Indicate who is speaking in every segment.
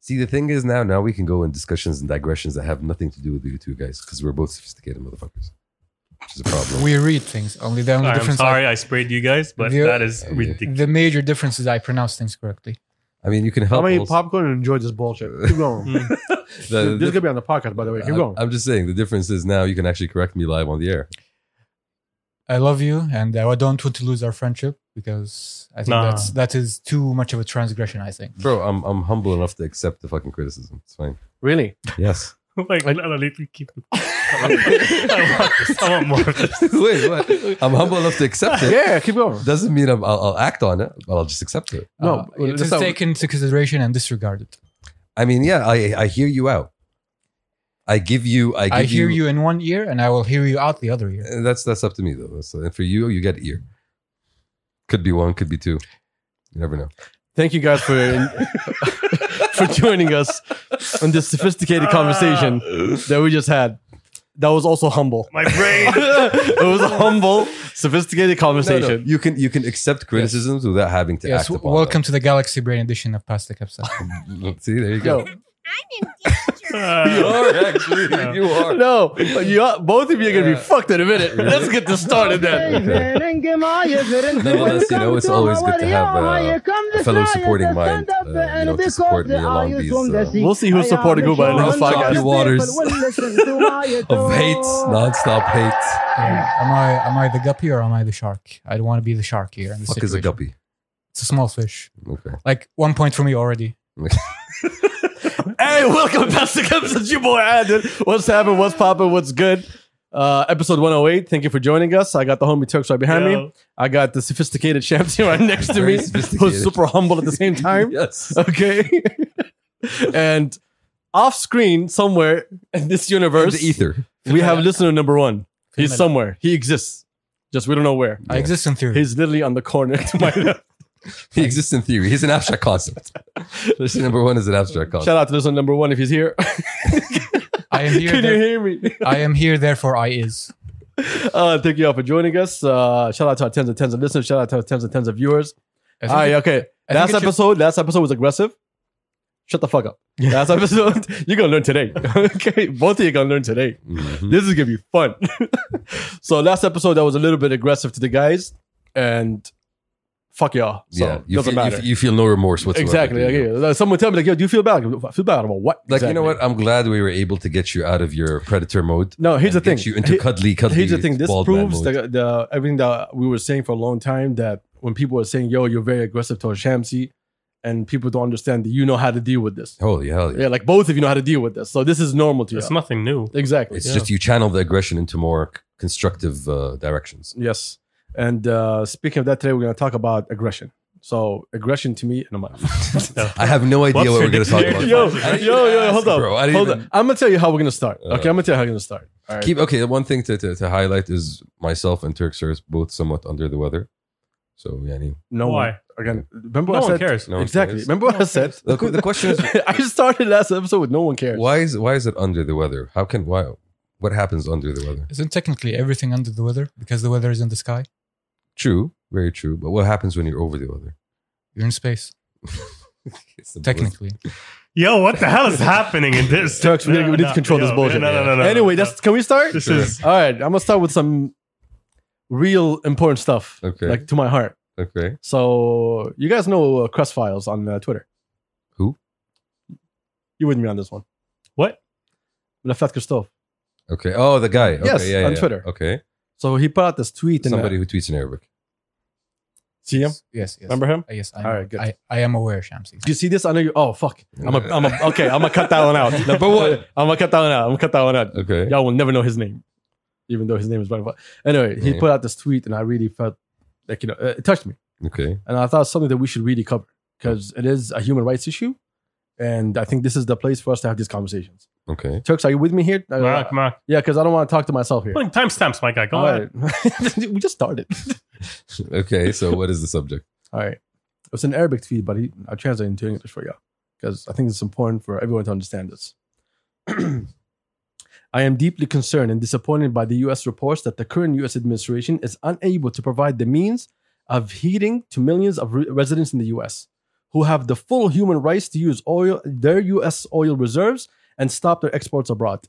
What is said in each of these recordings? Speaker 1: See, the thing is now, now we can go in discussions and digressions that have nothing to do with you two guys because we're both sophisticated motherfuckers, which is a problem.
Speaker 2: We read things only. The only
Speaker 3: Sorry, I'm
Speaker 2: difference.
Speaker 3: sorry I sprayed you guys, but
Speaker 2: The-
Speaker 3: that is
Speaker 1: Yeah.
Speaker 3: ridiculous.
Speaker 2: the major difference is I pronounce things correctly.
Speaker 1: I mean, you can
Speaker 4: How
Speaker 1: help.
Speaker 4: many
Speaker 1: also-
Speaker 4: popcorn and enjoy this bullshit? Keep
Speaker 1: Hmm.
Speaker 4: going.
Speaker 3: Mm.
Speaker 1: the-
Speaker 4: this is gonna be on the podcast, by the way. Keep
Speaker 1: I'm,
Speaker 4: going.
Speaker 1: I'm just saying the difference is now you can actually correct me live on the air.
Speaker 2: I love you, and I don't want to lose our friendship because I think
Speaker 3: Nah.
Speaker 2: that's that is too much of a transgression. I think.
Speaker 1: Bro, I'm I'm humble enough to accept the fucking criticism. It's fine.
Speaker 4: Really?
Speaker 1: Yes.
Speaker 3: like, I, I need to keep it. I want this. I want more of this.
Speaker 1: Wait, what? I'm humble enough to accept it.
Speaker 4: Yeah, keep going.
Speaker 1: Doesn't mean I'm, I'll, I'll act on it, but I'll just accept it.
Speaker 2: uh,
Speaker 4: No,
Speaker 2: it
Speaker 4: that's
Speaker 2: is
Speaker 4: not-
Speaker 2: taken into consideration and disregarded.
Speaker 1: I mean, yeah, I I hear you out. I give you. I give
Speaker 2: I hear you in one ear, and I will hear you out the other ear.
Speaker 1: Uh, That's that's up to me though. So and for you, you get ear. Could be one, could be two. You never know.
Speaker 4: Thank you guys for for joining us on this sophisticated conversation that we just had. That was also humble.
Speaker 3: My brain.
Speaker 4: it was a humble, sophisticated
Speaker 1: No, no,
Speaker 4: conversation.
Speaker 1: You can you can accept criticisms without having to
Speaker 2: Yes,
Speaker 1: act upon
Speaker 2: welcome to the Galaxy Brain edition of Plastic Episode.
Speaker 1: them. See, there you go.
Speaker 4: Yo.
Speaker 5: I'm in danger.
Speaker 1: You
Speaker 3: Uh,
Speaker 1: are actually. You are.
Speaker 4: No, you are, both of you are gonna be fucked in a minute. Let's get this started then.
Speaker 1: Nonetheless, you know it's always good to have uh, a fellow supporting mind, uh, you know, to support me along these uh,
Speaker 4: We'll see who's supporting who by the next
Speaker 1: Unchopped
Speaker 4: podcast.
Speaker 1: waters of hate, nonstop hate.
Speaker 2: Yeah. Am I am I the guppy or am I the shark? I don't want to be the shark here. In this
Speaker 1: Fuck is a
Speaker 2: situation.
Speaker 1: guppy.
Speaker 2: It's a small fish.
Speaker 1: Okay.
Speaker 2: Like one point for me already.
Speaker 4: Hey, welcome back to It's your boy Adnan. What's happening? What's popping? What's good? Uh, episode 108. Thank you for joining us. I got the homie Turks right behind me.
Speaker 3: yo.
Speaker 4: I got the sophisticated champs here right next to
Speaker 1: Very
Speaker 4: me,
Speaker 1: sophisticated.
Speaker 4: who's super humble at the same time.
Speaker 1: Yes.
Speaker 4: Okay. and off screen, somewhere in this
Speaker 1: The
Speaker 4: universe,
Speaker 1: ether.
Speaker 4: we have listener number one. He's
Speaker 2: Phenomenal.
Speaker 4: somewhere. He exists. Just we don't know where.
Speaker 2: I
Speaker 1: Yeah.
Speaker 2: exist in theory.
Speaker 4: He's literally on the corner to my left.
Speaker 1: He exists in theory. He's an abstract concept. Listen, number one is an abstract concept.
Speaker 4: Shout out to listener number one if he's here.
Speaker 2: I am here.
Speaker 4: Can you
Speaker 2: there-
Speaker 4: hear me?
Speaker 2: I am here. Therefore, I is.
Speaker 4: Uh, thank you all for joining us. Uh, shout out to our tens and tens of listeners. Shout out to our tens and tens of viewers.
Speaker 2: I
Speaker 4: All
Speaker 2: think-
Speaker 4: right, okay.
Speaker 2: I think
Speaker 4: Last
Speaker 2: it should-
Speaker 4: episode, last episode was aggressive. Shut the fuck up. Last episode, you're gonna learn today. okay, both of you gonna learn today.
Speaker 1: Mhm.
Speaker 4: Mm-hmm. This is gonna be fun. so last episode, that was a little bit aggressive to the guys, and fuck y'all. So
Speaker 1: yeah, you
Speaker 4: doesn't
Speaker 1: feel, you
Speaker 4: matter.
Speaker 1: f- You, feel no remorse whatsoever.
Speaker 4: exactly.
Speaker 1: you know?
Speaker 4: Like, yeah, Someone tell me like, yo, do you feel bad? Like, I feel bad about what?
Speaker 1: Like you know
Speaker 4: exactly?
Speaker 1: what? I'm glad we were able to get you out of your predator mode.
Speaker 4: No, here's the
Speaker 1: and
Speaker 4: thing.
Speaker 1: get You into
Speaker 4: He-
Speaker 1: cuddly, cuddly.
Speaker 4: Here's the thing. This
Speaker 1: bald man
Speaker 4: proves
Speaker 1: mode.
Speaker 4: the, the everything that we were saying for a long time that when people are saying, "Yo, you're very aggressive towards Shamsi," and people don't understand that you know how to deal with this.
Speaker 1: Holy hell! Yeah.
Speaker 4: Yeah, like both of you know how to deal with this. So this is normal to you.
Speaker 3: It's nothing new.
Speaker 4: exactly.
Speaker 1: It's
Speaker 3: Yeah.
Speaker 1: just you channel the aggression into more c- constructive uh, directions.
Speaker 4: Yes. And uh, speaking of that, today we're going to talk about aggression. So aggression to me, and I'm
Speaker 1: I have no idea
Speaker 3: What's
Speaker 1: what
Speaker 3: your
Speaker 1: we're going to talk about.
Speaker 3: dictionary?
Speaker 4: yo, yo,
Speaker 3: I didn't
Speaker 4: yo,
Speaker 1: ask,
Speaker 4: hold up,
Speaker 1: bro. I didn't
Speaker 4: hold
Speaker 1: even-
Speaker 4: up. I'm gonna tell you how we're gonna start.
Speaker 1: Uh,
Speaker 4: okay, I'm gonna tell you how we're gonna start. All right.
Speaker 1: Keep okay. The one thing to, to, to highlight is myself and Turks are both somewhat under the weather. So yeah, anyway.
Speaker 4: no
Speaker 3: Why?
Speaker 4: one again. Remember
Speaker 3: No
Speaker 4: what I
Speaker 3: one
Speaker 4: said?
Speaker 3: cares.
Speaker 1: No one
Speaker 4: exactly.
Speaker 1: cares.
Speaker 4: Remember what I said?
Speaker 1: The, the question is
Speaker 4: I started last episode with no one cares.
Speaker 1: why is why is it under the weather? How can why? What happens under the weather?
Speaker 2: Isn't technically everything under the weather because the weather is in the sky?
Speaker 1: True, very true. But what happens when you're over the weather?
Speaker 2: You're in space.
Speaker 1: It's the blizzard.
Speaker 2: Technically,
Speaker 3: Yo, what the hell is happening in this?
Speaker 4: Turks, we, need- we need to control
Speaker 3: Yo,
Speaker 4: this bullshit.
Speaker 3: No, no, no, no.
Speaker 4: anyway,
Speaker 3: no.
Speaker 4: that's can we start?
Speaker 3: This is
Speaker 4: All right, I'm gonna start with some real important stuff,
Speaker 1: Okay.
Speaker 4: like to my heart.
Speaker 1: Okay.
Speaker 4: So you guys know uh, Crest Files on uh, Twitter.
Speaker 1: Who?
Speaker 4: You with me on this one?
Speaker 3: what?
Speaker 4: Lefet Christoph.
Speaker 1: Okay. Oh, the guy. Okay.
Speaker 4: Yes,
Speaker 1: yeah, yeah,
Speaker 4: on
Speaker 1: yeah.
Speaker 4: Twitter.
Speaker 1: Okay.
Speaker 4: So he put out this tweet.
Speaker 1: Somebody
Speaker 4: and,
Speaker 1: who tweets in Arabic.
Speaker 4: uh, see him?
Speaker 2: Yes, yes. yes.
Speaker 4: Remember him?
Speaker 2: Uh, yes, I,
Speaker 4: All right, good.
Speaker 2: I, I am aware, Shamsi.
Speaker 4: Do you see this? I know you. Oh fuck! I'm a. I'm a. Okay, I'm gonna cut that one out.
Speaker 1: Number one.
Speaker 4: I'm gonna cut that one out. I'm gonna cut that one out.
Speaker 1: Okay.
Speaker 4: Y'all will never know his name, even though his name is Brian. But anyway, he
Speaker 1: Yeah.
Speaker 4: put out this tweet, and I really felt like you know uh, it touched me.
Speaker 1: Okay.
Speaker 4: and I thought it's something that we should really cover because it is a human rights issue, and I think this is the place for us to have these conversations.
Speaker 1: Okay.
Speaker 4: Turks, are you with me here? Uh,
Speaker 3: Mark, Mark.
Speaker 4: yeah, because I don't want to talk to myself here.
Speaker 3: Putting timestamps, my guy. Go
Speaker 4: All
Speaker 3: ahead.
Speaker 4: right, we just started.
Speaker 1: Okay. So what is the subject?
Speaker 4: All right, it's an Arabic tweet, but he- I'll translate into English for you because I think it's important for everyone to understand this. I am deeply concerned and disappointed by the U.S. reports that the current U.S. administration is unable to provide the means of heating to millions of re- residents in the U.S. who have the full human rights to use oil, their U.S. oil reserves, and stop their exports abroad.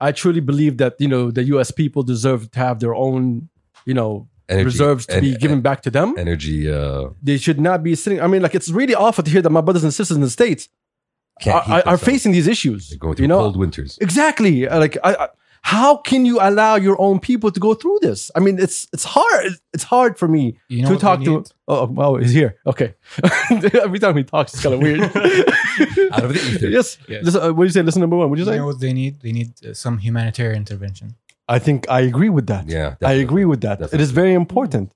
Speaker 4: I truly believe that you know the U.S. people deserve to have their own, you know,
Speaker 1: Energy,
Speaker 4: reserves to
Speaker 1: en-
Speaker 4: be given back to them.
Speaker 1: en- Energy uh,
Speaker 4: They should not be sitting. I mean, like it's really awful to hear that my brothers and sisters in the states
Speaker 1: can't
Speaker 4: are,
Speaker 1: heat
Speaker 4: are, are
Speaker 1: themselves.
Speaker 4: facing these issues.
Speaker 1: They're going through
Speaker 4: you know,
Speaker 1: cold winters.
Speaker 4: Exactly. Uh, Like, I, I, how can you allow your own people to go through this? I mean, it's it's hard. It's hard for me
Speaker 2: You know
Speaker 4: to
Speaker 2: what
Speaker 4: talk
Speaker 2: we
Speaker 4: to.
Speaker 2: need?
Speaker 4: Oh, wow, he's here. Okay. Every time he talks, it's kind of weird.
Speaker 1: Out of the ether.
Speaker 4: yes.
Speaker 2: Yes.
Speaker 4: Listen, uh, what do you say? Listen, number one. What do
Speaker 2: You
Speaker 4: you say?
Speaker 2: know what they need? They need uh, some humanitarian intervention.
Speaker 4: I think I agree with that.
Speaker 1: Yeah,
Speaker 4: I
Speaker 1: definitely.
Speaker 4: agree with that. It is
Speaker 1: Definitely.
Speaker 4: very important.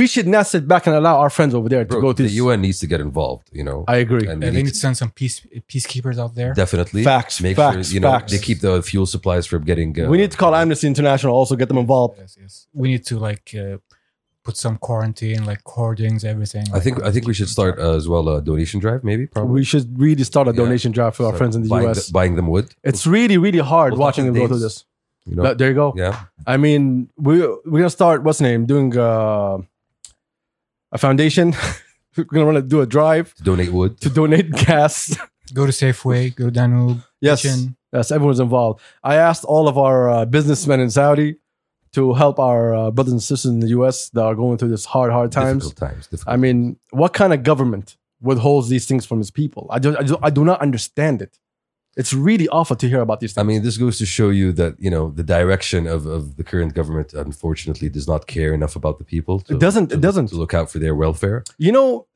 Speaker 4: We should not sit back and allow our friends over there to
Speaker 1: Bro,
Speaker 4: go to
Speaker 1: the
Speaker 4: this.
Speaker 1: UN needs to get involved. You know,
Speaker 4: I agree.
Speaker 1: and we
Speaker 2: Uh, They
Speaker 1: need
Speaker 2: need
Speaker 1: to
Speaker 2: to send some peace peacekeepers out there.
Speaker 1: definitely
Speaker 4: Facts,
Speaker 1: make
Speaker 4: facts,
Speaker 1: sure you know
Speaker 4: facts.
Speaker 1: they keep the fuel supplies from getting. Uh,
Speaker 4: we need to call Amnesty International also get them involved.
Speaker 2: Yes, yes. We need to like uh, put some quarantine, like hoardings, everything.
Speaker 1: I think I think we should start uh, as well a donation drive, maybe. Probably
Speaker 4: We should really start a
Speaker 1: Yeah.
Speaker 4: donation drive for our
Speaker 1: So
Speaker 4: friends in the
Speaker 1: buying
Speaker 4: US.
Speaker 1: buying them wood.
Speaker 4: it's really, really hard
Speaker 1: We'll talk
Speaker 4: watching
Speaker 1: on
Speaker 4: them go through
Speaker 1: dates.
Speaker 4: this.
Speaker 1: You know,
Speaker 4: Th- There you go.
Speaker 1: yeah,
Speaker 4: I mean, we we're gonna start what's the name doing uh, a foundation. we're gonna want to do a drive
Speaker 1: to donate wood.
Speaker 4: to donate gas.
Speaker 2: Go to Safeway, go to Danube.
Speaker 4: yes,
Speaker 2: Kitchen.
Speaker 4: yes, everyone's involved. I asked all of our uh, businessmen in Saudi to help our uh, brothers and sisters in the U.S. that are going through this hard, hard times.
Speaker 1: Difficult times. Difficult.
Speaker 4: I mean, what kind of government withholds these things from its people? I do, I do, I do not understand it. It's really awful to hear about these
Speaker 1: I
Speaker 4: things.
Speaker 1: mean, this goes to show you that you know the direction of, of the current government, unfortunately, does not care enough about the people. To,
Speaker 4: It doesn't-
Speaker 1: to
Speaker 4: it
Speaker 1: look-
Speaker 4: doesn't.
Speaker 1: to look out for their welfare.
Speaker 4: you know,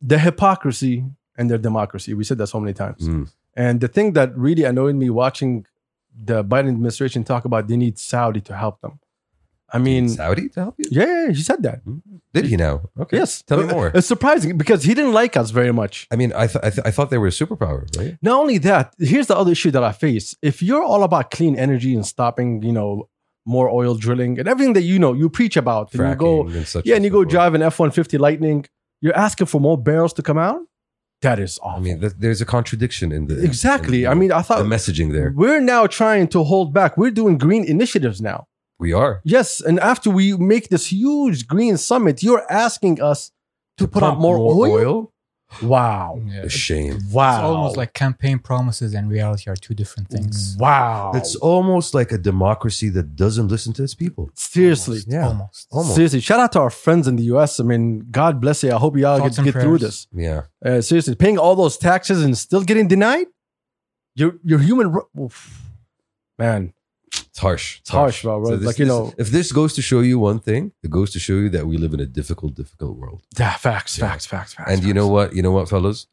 Speaker 4: the hypocrisy and their democracy. We said that so many times.
Speaker 1: Mm.
Speaker 4: And the thing that really annoyed me watching the Biden administration talk about they need Saudi to help them. I mean,
Speaker 1: Saudi to help you?
Speaker 4: yeah, yeah, he said that.
Speaker 1: Did he now? Okay.
Speaker 4: Yes.
Speaker 1: Tell me
Speaker 4: But
Speaker 1: more.
Speaker 4: It's surprising because he didn't like us very much.
Speaker 1: I mean, I th- I, th- I thought they were a superpower, right?
Speaker 4: Not only that, here's the other issue that I face. If you're all about clean energy and stopping, you know, more oil drilling and everything that you know you preach about, and you go,
Speaker 1: and such.
Speaker 4: yeah, and you
Speaker 1: so
Speaker 4: go
Speaker 1: forth.
Speaker 4: drive an F one fifty Lightning, you're asking for more barrels to come out. That is
Speaker 1: I
Speaker 4: awful.
Speaker 1: mean, th- there's a contradiction in the
Speaker 4: exactly.
Speaker 1: in,
Speaker 4: I mean, I
Speaker 1: the
Speaker 4: thought
Speaker 1: messaging there.
Speaker 4: We're now trying to hold back. We're doing green initiatives now.
Speaker 1: We are
Speaker 4: Yes, and after we make this huge green summit, you're asking us to, put
Speaker 1: pump
Speaker 4: out more, oil? Wow.
Speaker 2: Yeah.
Speaker 1: A
Speaker 2: It's
Speaker 1: shame.
Speaker 4: Wow.
Speaker 2: almost like campaign promises and reality are two different things.
Speaker 4: wow.
Speaker 1: It's almost like a democracy that doesn't listen to its people.
Speaker 4: seriously.
Speaker 1: Yeah.
Speaker 2: Almost.
Speaker 1: Almost.
Speaker 4: Seriously, shout out to our friends in the US. I mean, God bless you. I hope y'all
Speaker 2: Thoughts
Speaker 4: get,
Speaker 2: and
Speaker 4: get through
Speaker 2: prayers.
Speaker 4: this.
Speaker 1: Yeah.
Speaker 4: Uh, seriously, paying all those taxes and still getting denied? Your your human ri- oof. man.
Speaker 1: It's harsh. It's
Speaker 4: harsh, bro, bro. Like, you know-
Speaker 1: if this goes to show you one thing, it goes to show you that we live in a difficult, difficult world.
Speaker 4: Yeah, facts,
Speaker 1: Yeah.
Speaker 4: facts, facts, facts.
Speaker 1: and you
Speaker 4: facts.
Speaker 1: know what? You know what, fellas?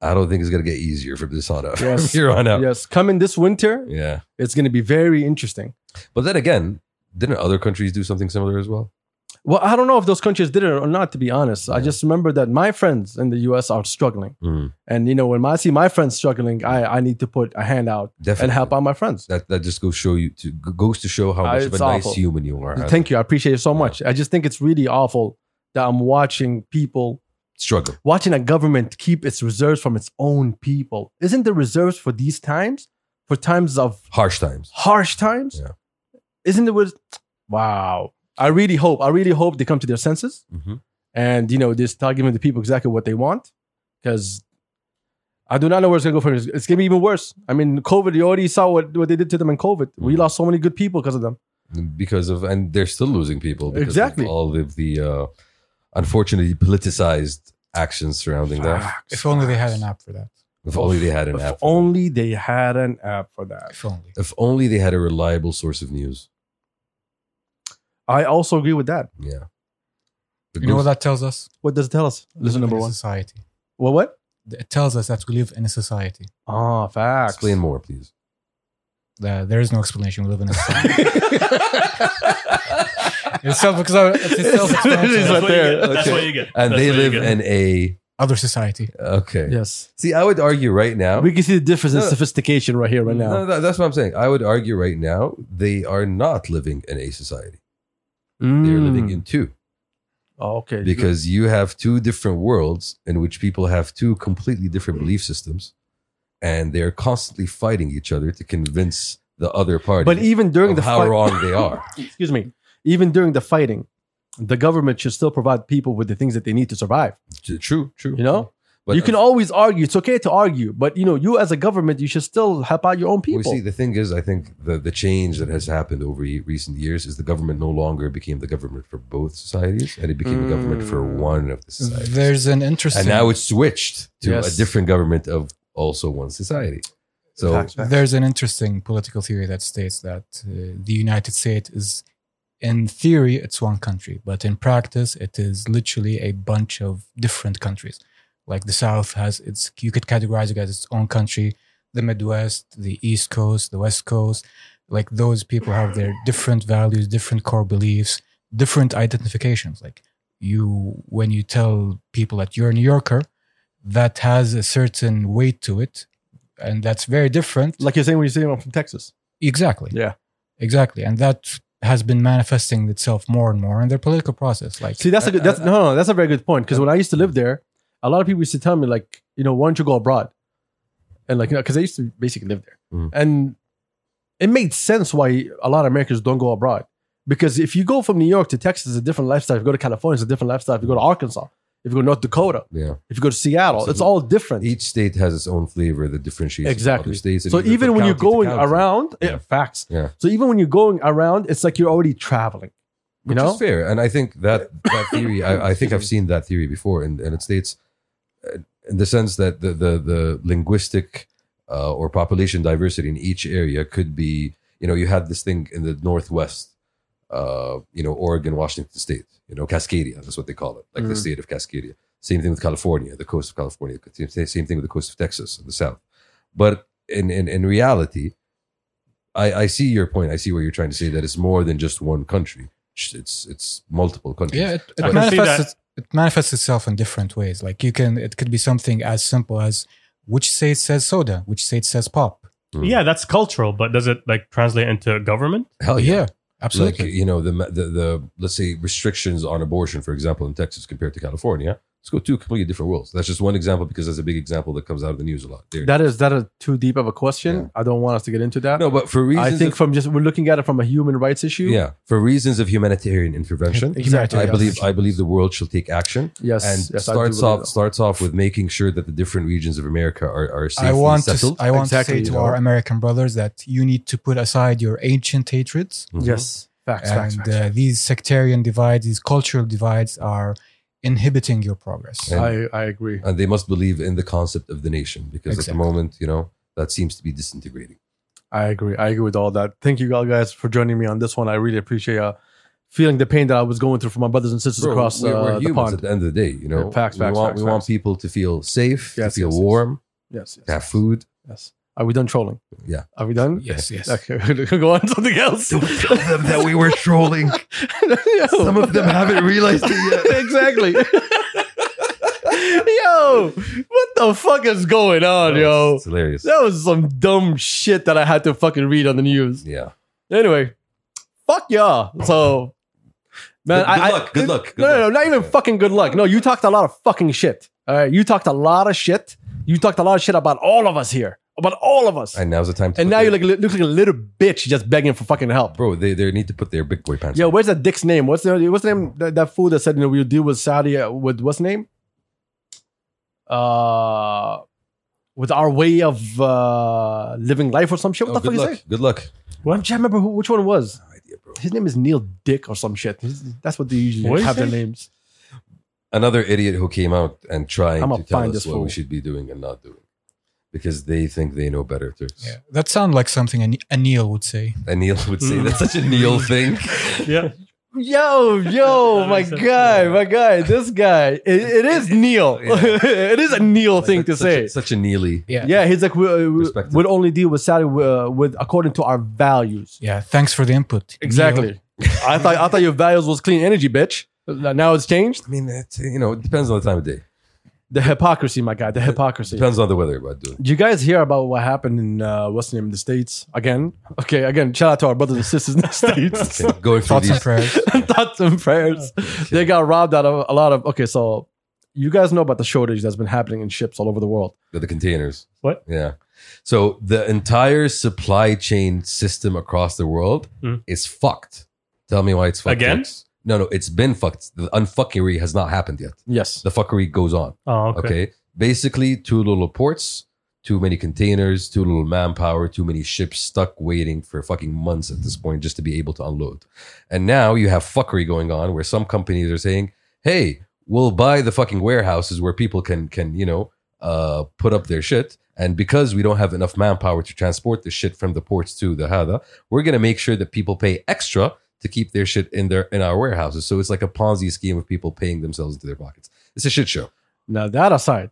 Speaker 1: I don't think it's gonna get easier from this on out.
Speaker 4: Yes.
Speaker 1: from here on out.
Speaker 4: Yes, coming this winter,
Speaker 1: Yeah.
Speaker 4: it's gonna be very interesting.
Speaker 1: But then again, didn't other countries do something similar as well?
Speaker 4: Well, I don't know if those countries did it or not, to be honest. I
Speaker 1: Yeah.
Speaker 4: just remember that my friends in the US are struggling.
Speaker 1: Mm,
Speaker 4: And, you know, when I see my friends struggling, I, I need to put a hand out
Speaker 1: definitely.
Speaker 4: and help out my friends.
Speaker 1: That that just goes show you to goes to show how
Speaker 4: Uh,
Speaker 1: much of a
Speaker 4: it's awful.
Speaker 1: nice human you are. I
Speaker 4: Thank you. I appreciate it so
Speaker 1: Yeah.
Speaker 4: much. I just think it's really awful that I'm watching people,
Speaker 1: struggle.
Speaker 4: watching a government keep its reserves from its own people. Isn't the reserves for these times, for times of
Speaker 1: Harsh times.
Speaker 4: harsh times?
Speaker 1: Yeah.
Speaker 4: Isn't it was, wow. I really hope, I really hope they come to their senses.
Speaker 1: hmm
Speaker 4: and you know just start giving the people exactly what they want because I do not know where it's gonna go from. It's, it's gonna be even worse. I mean, COVID. You already saw what, what they did to them in COVID. We
Speaker 1: Mhm.
Speaker 4: lost so many good people because of them.
Speaker 1: because of and they're still losing people because
Speaker 4: Exactly.
Speaker 1: of all of the uh, unfortunately politicized actions surrounding
Speaker 4: Ah.
Speaker 1: that.
Speaker 2: If only they had an app for that.
Speaker 1: If only they had an
Speaker 4: if
Speaker 1: app. for that.
Speaker 4: only they had an app for that.
Speaker 2: If only.
Speaker 1: If only they had a reliable source of news.
Speaker 4: I also agree with that.
Speaker 1: Yeah. The
Speaker 2: You know what
Speaker 1: goof-
Speaker 2: that tells us?
Speaker 4: What does it tell us?
Speaker 2: We live
Speaker 4: Listen, number
Speaker 2: in a
Speaker 4: one.
Speaker 2: Society.
Speaker 4: Well, what?
Speaker 2: It tells us that we live in a society.
Speaker 4: Ah, facts.
Speaker 1: Explain more, please.
Speaker 2: Uh, there is no explanation. We live in a society. it's self because it's self
Speaker 4: It's
Speaker 3: That's
Speaker 4: right
Speaker 3: what you
Speaker 4: there.
Speaker 3: get. That's
Speaker 1: Okay.
Speaker 3: what you get.
Speaker 1: And
Speaker 3: That's
Speaker 1: they
Speaker 3: what you
Speaker 1: live
Speaker 3: get.
Speaker 1: in a
Speaker 2: Other society.
Speaker 1: okay.
Speaker 4: Yes,
Speaker 1: See, I would argue right now.
Speaker 4: we can see the difference in
Speaker 1: No.
Speaker 4: sophistication right here, right now.
Speaker 1: No, no, that's what I'm saying. I would argue right now they are not living in a society. They're living
Speaker 4: Mm.
Speaker 1: in two.
Speaker 4: Oh, okay.
Speaker 1: because you have two different worlds in which people have two completely different belief systems and they're constantly fighting each other to convince the other party
Speaker 4: but even during
Speaker 1: of
Speaker 4: the
Speaker 1: how
Speaker 4: fight-
Speaker 1: wrong they are
Speaker 4: excuse me, even during the fighting, the government should still provide people with the things that they need to survive.
Speaker 1: T- true true
Speaker 4: You know?
Speaker 1: But
Speaker 4: you can always argue. It's okay to argue, but you know, you as a government, you should still help out your own
Speaker 1: we
Speaker 4: people.
Speaker 1: see the thing is, I think the the change that has happened over ye- recent years is the government no longer became the government for both societies, and it became a government for
Speaker 4: Mm.
Speaker 1: one of the societies.
Speaker 2: There's an interesting.
Speaker 1: and now it's switched to
Speaker 4: Yes.
Speaker 1: a different government of also one society. So
Speaker 4: Facts.
Speaker 2: There's an interesting political theory that states that uh, the United States is, in theory, it's one country, but in practice, it is literally a bunch of different countries. Like the South has its, you could categorize it as its own country. The Midwest, the East Coast, the West Coast, like those people have their different values, different core beliefs, different identifications. Like you, when you tell people that you're a New Yorker, that has a certain weight to it, and that's very different
Speaker 4: like you're saying when you're saying I'm from Texas.
Speaker 2: Exactly.
Speaker 4: Yeah.
Speaker 2: Exactly. And that has been manifesting itself more and more in their political process. Like,
Speaker 4: See, that's a good. That's
Speaker 2: Uh,
Speaker 4: no, no, no, that's a very good point. Because when I used to
Speaker 1: uh-huh.
Speaker 4: live there, a lot of people used to tell me like, you know, why don't you go abroad? And like, you know, because I used to basically live there,
Speaker 1: Mm.
Speaker 4: and it made sense why a lot of Americans don't go abroad. Because if you go from New York to Texas, it's a different lifestyle. If you go to California, it's a different lifestyle. If you go to Arkansas, if you go to North Dakota,
Speaker 1: yeah,
Speaker 4: if you go to Seattle, it's
Speaker 1: Absolutely.
Speaker 4: all different.
Speaker 1: each state has its own flavor that differentiates it from
Speaker 4: Exactly.
Speaker 1: other states. and
Speaker 4: so
Speaker 1: from
Speaker 4: even when you're
Speaker 1: county to
Speaker 4: going
Speaker 1: county,
Speaker 4: around,
Speaker 1: Yeah.
Speaker 4: yeah, facts.
Speaker 1: Yeah.
Speaker 4: So even when you're going around, it's like you're already traveling. You
Speaker 1: which
Speaker 4: know,
Speaker 1: is fair. And I think that that theory, I, I think I've seen that theory before, and, and it states uh, in the sense that the the, the linguistic uh, or population diversity in each area could be, you know, you had this thing in the northwest, uh, you know, Oregon, Washington State, you know, Cascadia, that's what they call it, like the
Speaker 4: Mhm.
Speaker 1: state of Cascadia. Same thing with California, the coast of California. Same same thing with the coast of Texas in the south. But in in, in reality. I, I see your point. I see what you're trying to say. That it's more than just one country. It's it's multiple countries.
Speaker 2: yeah, it,
Speaker 3: I
Speaker 2: it,
Speaker 3: can see
Speaker 2: manifests,
Speaker 3: that.
Speaker 2: it, it manifests itself in different ways. Like, you can, it could be something as simple as which state says soda, which state says pop.
Speaker 3: Yeah, that's cultural, but does it like translate into government?
Speaker 4: Oh,
Speaker 1: Hell yeah.
Speaker 2: yeah.
Speaker 1: Like
Speaker 2: Absolutely.
Speaker 1: you know the, the the let's say restrictions on abortion, for example, in Texas compared to California. Let's go two completely different worlds. That's just one example because that's a big example that comes out of the news a lot. There.
Speaker 4: that is that a too deep of a question.
Speaker 1: Yeah.
Speaker 4: I don't want us to get into that.
Speaker 1: no, but for reasons,
Speaker 4: I think
Speaker 1: of,
Speaker 4: from just we're looking at it from a human rights issue.
Speaker 1: yeah, for reasons of humanitarian intervention,
Speaker 4: Exactly,
Speaker 1: I
Speaker 4: yes.
Speaker 1: believe I believe the world shall take action
Speaker 4: Yes.
Speaker 1: and
Speaker 4: yes, I do
Speaker 1: starts
Speaker 4: believe
Speaker 1: off
Speaker 4: that.
Speaker 1: starts off with making sure that the different regions of America are are safely
Speaker 2: I want to, s-
Speaker 1: settled.
Speaker 2: I want
Speaker 4: Exactly,
Speaker 2: to say
Speaker 4: you
Speaker 2: to
Speaker 4: know.
Speaker 2: our American brothers that you need to put aside your ancient hatreds
Speaker 1: Mhm.
Speaker 4: Yes. Facts.
Speaker 2: and
Speaker 4: Facts. facts.
Speaker 2: Uh, these sectarian divides, these cultural divides are inhibiting your progress.
Speaker 1: Yeah.
Speaker 4: I I agree.
Speaker 1: and they must believe in the concept of the nation because at
Speaker 2: Exactly.
Speaker 1: the moment, you know, that seems to be disintegrating.
Speaker 4: I agree. I agree with all that. Thank you all guys for joining me on this one. I really appreciate uh, feeling the pain that I was going through for my brothers and sisters
Speaker 1: Bro,
Speaker 4: across
Speaker 1: we're,
Speaker 4: uh,
Speaker 1: we're
Speaker 4: the
Speaker 1: humans
Speaker 4: pond.
Speaker 1: at the end of the day, you know.
Speaker 4: Yeah, facts,
Speaker 1: we
Speaker 4: facts,
Speaker 1: want,
Speaker 4: facts,
Speaker 1: we want
Speaker 4: facts.
Speaker 1: people to feel safe,
Speaker 4: Yes,
Speaker 1: to feel
Speaker 4: yes, yes.
Speaker 1: warm,
Speaker 4: yes. Yes.
Speaker 1: to have food.
Speaker 4: Yes. Are we done trolling?
Speaker 1: Yeah.
Speaker 4: Are we done?
Speaker 2: Yes, yes.
Speaker 4: Okay, we're gonna go on to something else.
Speaker 1: tell them that we were trolling. Some of them haven't realized it yet.
Speaker 4: exactly. yo, what the fuck is going on, yo?
Speaker 1: It's hilarious.
Speaker 4: That was some dumb shit that I had to fucking read on the news.
Speaker 1: Yeah.
Speaker 4: Anyway, fuck y'all. So, man,
Speaker 1: Good-
Speaker 4: I,
Speaker 1: good
Speaker 4: I-
Speaker 1: luck, good luck, good
Speaker 4: no, no, no,
Speaker 1: luck.
Speaker 4: not even
Speaker 1: Okay.
Speaker 4: fucking good luck. No, you talked a lot of fucking shit. All right, you talked a lot of shit. You talked a lot of shit about all of us here, about all of us.
Speaker 1: And now's the time to
Speaker 4: and
Speaker 1: put
Speaker 4: now
Speaker 1: their-
Speaker 4: you like look like a little bitch just begging for fucking help.
Speaker 1: Bro, they, they need to put their big boy pants
Speaker 4: Yo,
Speaker 1: on.
Speaker 4: where's that dick's name? What's the what's the name that, that fool that said you know we'll deal with Saudi uh, with what's the name? Uh with our way of uh living life or some shit. What
Speaker 1: Oh,
Speaker 4: the fuck
Speaker 1: good
Speaker 4: is
Speaker 1: luck.
Speaker 4: that?
Speaker 1: Good luck.
Speaker 4: I'm trying to remember who, which one it was.
Speaker 1: No idea, bro.
Speaker 4: His name is Neil Dick or some shit. His- That's what they usually
Speaker 3: What is
Speaker 4: have their
Speaker 3: it?
Speaker 4: names.
Speaker 1: Another idiot who came out and trying
Speaker 4: I'ma
Speaker 1: to tell
Speaker 4: find
Speaker 1: us
Speaker 4: this
Speaker 1: what
Speaker 4: fool.
Speaker 1: we should be doing and not doing. Because they think they know better, Turks.
Speaker 2: Yeah, that sounds like something a, a Neil would say.
Speaker 1: And Neil would
Speaker 4: Mm.
Speaker 1: say that's such a Neil thing.
Speaker 3: Yeah.
Speaker 4: Yo, yo,
Speaker 3: That
Speaker 4: my
Speaker 3: makes sense.
Speaker 4: guy,
Speaker 3: Yeah.
Speaker 4: my guy, this guy. It, it is Neil.
Speaker 1: Yeah.
Speaker 4: it is a Neil thing to
Speaker 1: That's such
Speaker 4: say.
Speaker 1: a- such a Neely.
Speaker 2: Yeah.
Speaker 4: yeah, he's like we, uh, we-
Speaker 1: Perspective.
Speaker 4: we'll only deal with Saudi uh, with according to our values.
Speaker 2: Yeah, thanks for the input. Neil.
Speaker 4: Exactly. I thought I thought your values was clean energy, bitch. Now it's changed.
Speaker 1: I mean, it's, you know, it depends on the time of day.
Speaker 4: The hypocrisy, my guy. The hypocrisy.
Speaker 1: Depends on the weather, but dude.
Speaker 4: Do you guys hear about what happened in uh, what's the name in the states again? Okay, again. Shout out to our brothers and sisters in the states.
Speaker 1: Okay, going through
Speaker 2: Thoughts and
Speaker 1: these.
Speaker 2: prayers.
Speaker 4: Thoughts and prayers. They got robbed out of a lot of. Okay, so you guys know about the shortage that's been happening in ships all over the world.
Speaker 1: the, the containers.
Speaker 3: What?
Speaker 1: Yeah. So the entire supply chain system across the world
Speaker 3: Mm.
Speaker 1: is fucked. Tell me why it's fucked.
Speaker 3: Again?
Speaker 1: folks. No, no, it's been fucked. The unfuckery has not happened yet.
Speaker 4: Yes.
Speaker 1: The fuckery goes on.
Speaker 3: Oh, okay.
Speaker 1: Okay. basically too little ports, too many containers, too little manpower, too many ships stuck waiting for fucking months at this point just to be able to unload. And now you have fuckery going on where some companies are saying, "Hey, we'll buy the fucking warehouses where people can can you know uh, put up their shit." And because we don't have enough manpower to transport the shit from the ports to the hada, we're gonna make sure that people pay extra to keep their shit in their in our warehouses. So it's like a Ponzi scheme of people paying themselves into their pockets. It's a shit show.
Speaker 4: Now that aside,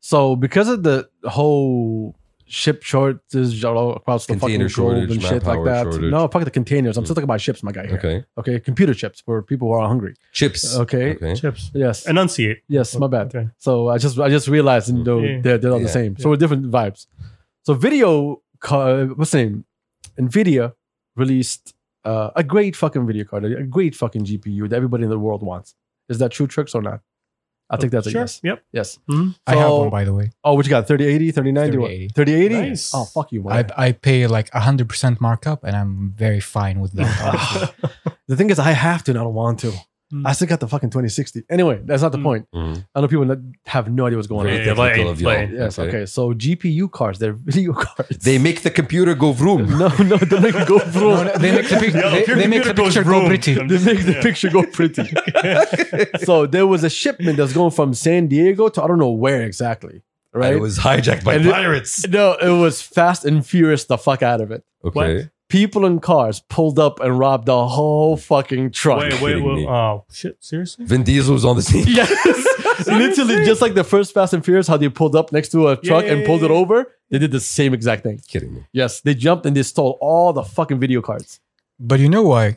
Speaker 4: so because of the whole ship shortage all across the
Speaker 1: Container
Speaker 4: fucking globe
Speaker 1: shortage,
Speaker 4: and shit like
Speaker 1: manpower
Speaker 4: that.
Speaker 1: shortage.
Speaker 4: No, fuck the containers. I'm still talking about ships, my guy. Here. Okay.
Speaker 1: Okay,
Speaker 4: computer chips for people who are hungry.
Speaker 1: chips.
Speaker 4: Okay.
Speaker 1: Okay.
Speaker 3: Chips.
Speaker 4: Yes.
Speaker 3: Enunciate.
Speaker 4: yes, my bad.
Speaker 3: Okay.
Speaker 4: So I just I just realized you know,
Speaker 3: Yeah.
Speaker 4: they're they're all the
Speaker 1: Yeah.
Speaker 4: same. So we're different vibes. So video card, what's the name? Nvidia released uh, a great fucking video card, a great fucking GPU that everybody in the world wants. Is that true, tricks or not? I think that's a
Speaker 3: Sure.
Speaker 4: yes.
Speaker 3: Yep.
Speaker 4: Yes.
Speaker 3: Mhm.
Speaker 2: I have
Speaker 4: So-
Speaker 2: one, by the way.
Speaker 4: Oh, what you got? 3080, 3090, what?
Speaker 2: 3080.
Speaker 4: 3080?
Speaker 3: Nice.
Speaker 4: Oh, fuck you, man.
Speaker 2: I, I pay like 100% markup and I'm very fine with that.
Speaker 4: the thing is, I have to and I don't want to.
Speaker 3: Mm.
Speaker 4: I still got the fucking 2060. Anyway, that's not the
Speaker 3: Mm.
Speaker 4: point.
Speaker 1: Mhm.
Speaker 4: I know people that have no idea what's going
Speaker 1: Very
Speaker 4: on.
Speaker 3: Yeah,
Speaker 1: technical
Speaker 3: play,
Speaker 1: of y'all.
Speaker 3: play.
Speaker 4: Yes, okay. So GPU cards, they're video cards.
Speaker 1: They make the computer go vroom.
Speaker 4: No, no, they make it go
Speaker 2: No,
Speaker 4: vroom.
Speaker 2: no, they make the, pic-
Speaker 3: Yeah,
Speaker 2: they,
Speaker 3: if your
Speaker 2: they make the picture
Speaker 3: computer goes
Speaker 2: go
Speaker 3: vroom,
Speaker 2: pretty.
Speaker 3: I'm
Speaker 4: They
Speaker 3: just-
Speaker 4: make the
Speaker 3: yeah.
Speaker 4: picture go pretty. so there was a shipment that's going from San Diego to I don't know where exactly.
Speaker 1: And
Speaker 4: Right?
Speaker 1: It was hijacked by
Speaker 4: And it-
Speaker 1: pirates.
Speaker 4: no, it was fast and furious the fuck out of it.
Speaker 1: Okay.
Speaker 4: People in cars pulled up and robbed the whole fucking truck.
Speaker 3: wait, wait,
Speaker 1: kidding
Speaker 3: wait.
Speaker 1: me.
Speaker 3: Oh, shit. Seriously?
Speaker 1: Vin Diesel was on the scene.
Speaker 4: Yes. Literally, just like the first Fast and Furious, how they pulled up next to a truck and pulled it
Speaker 3: Yay.
Speaker 4: over. They did the same exact thing.
Speaker 1: Kidding me.
Speaker 4: Yes, they jumped and they stole all the fucking video cards.
Speaker 2: But you know why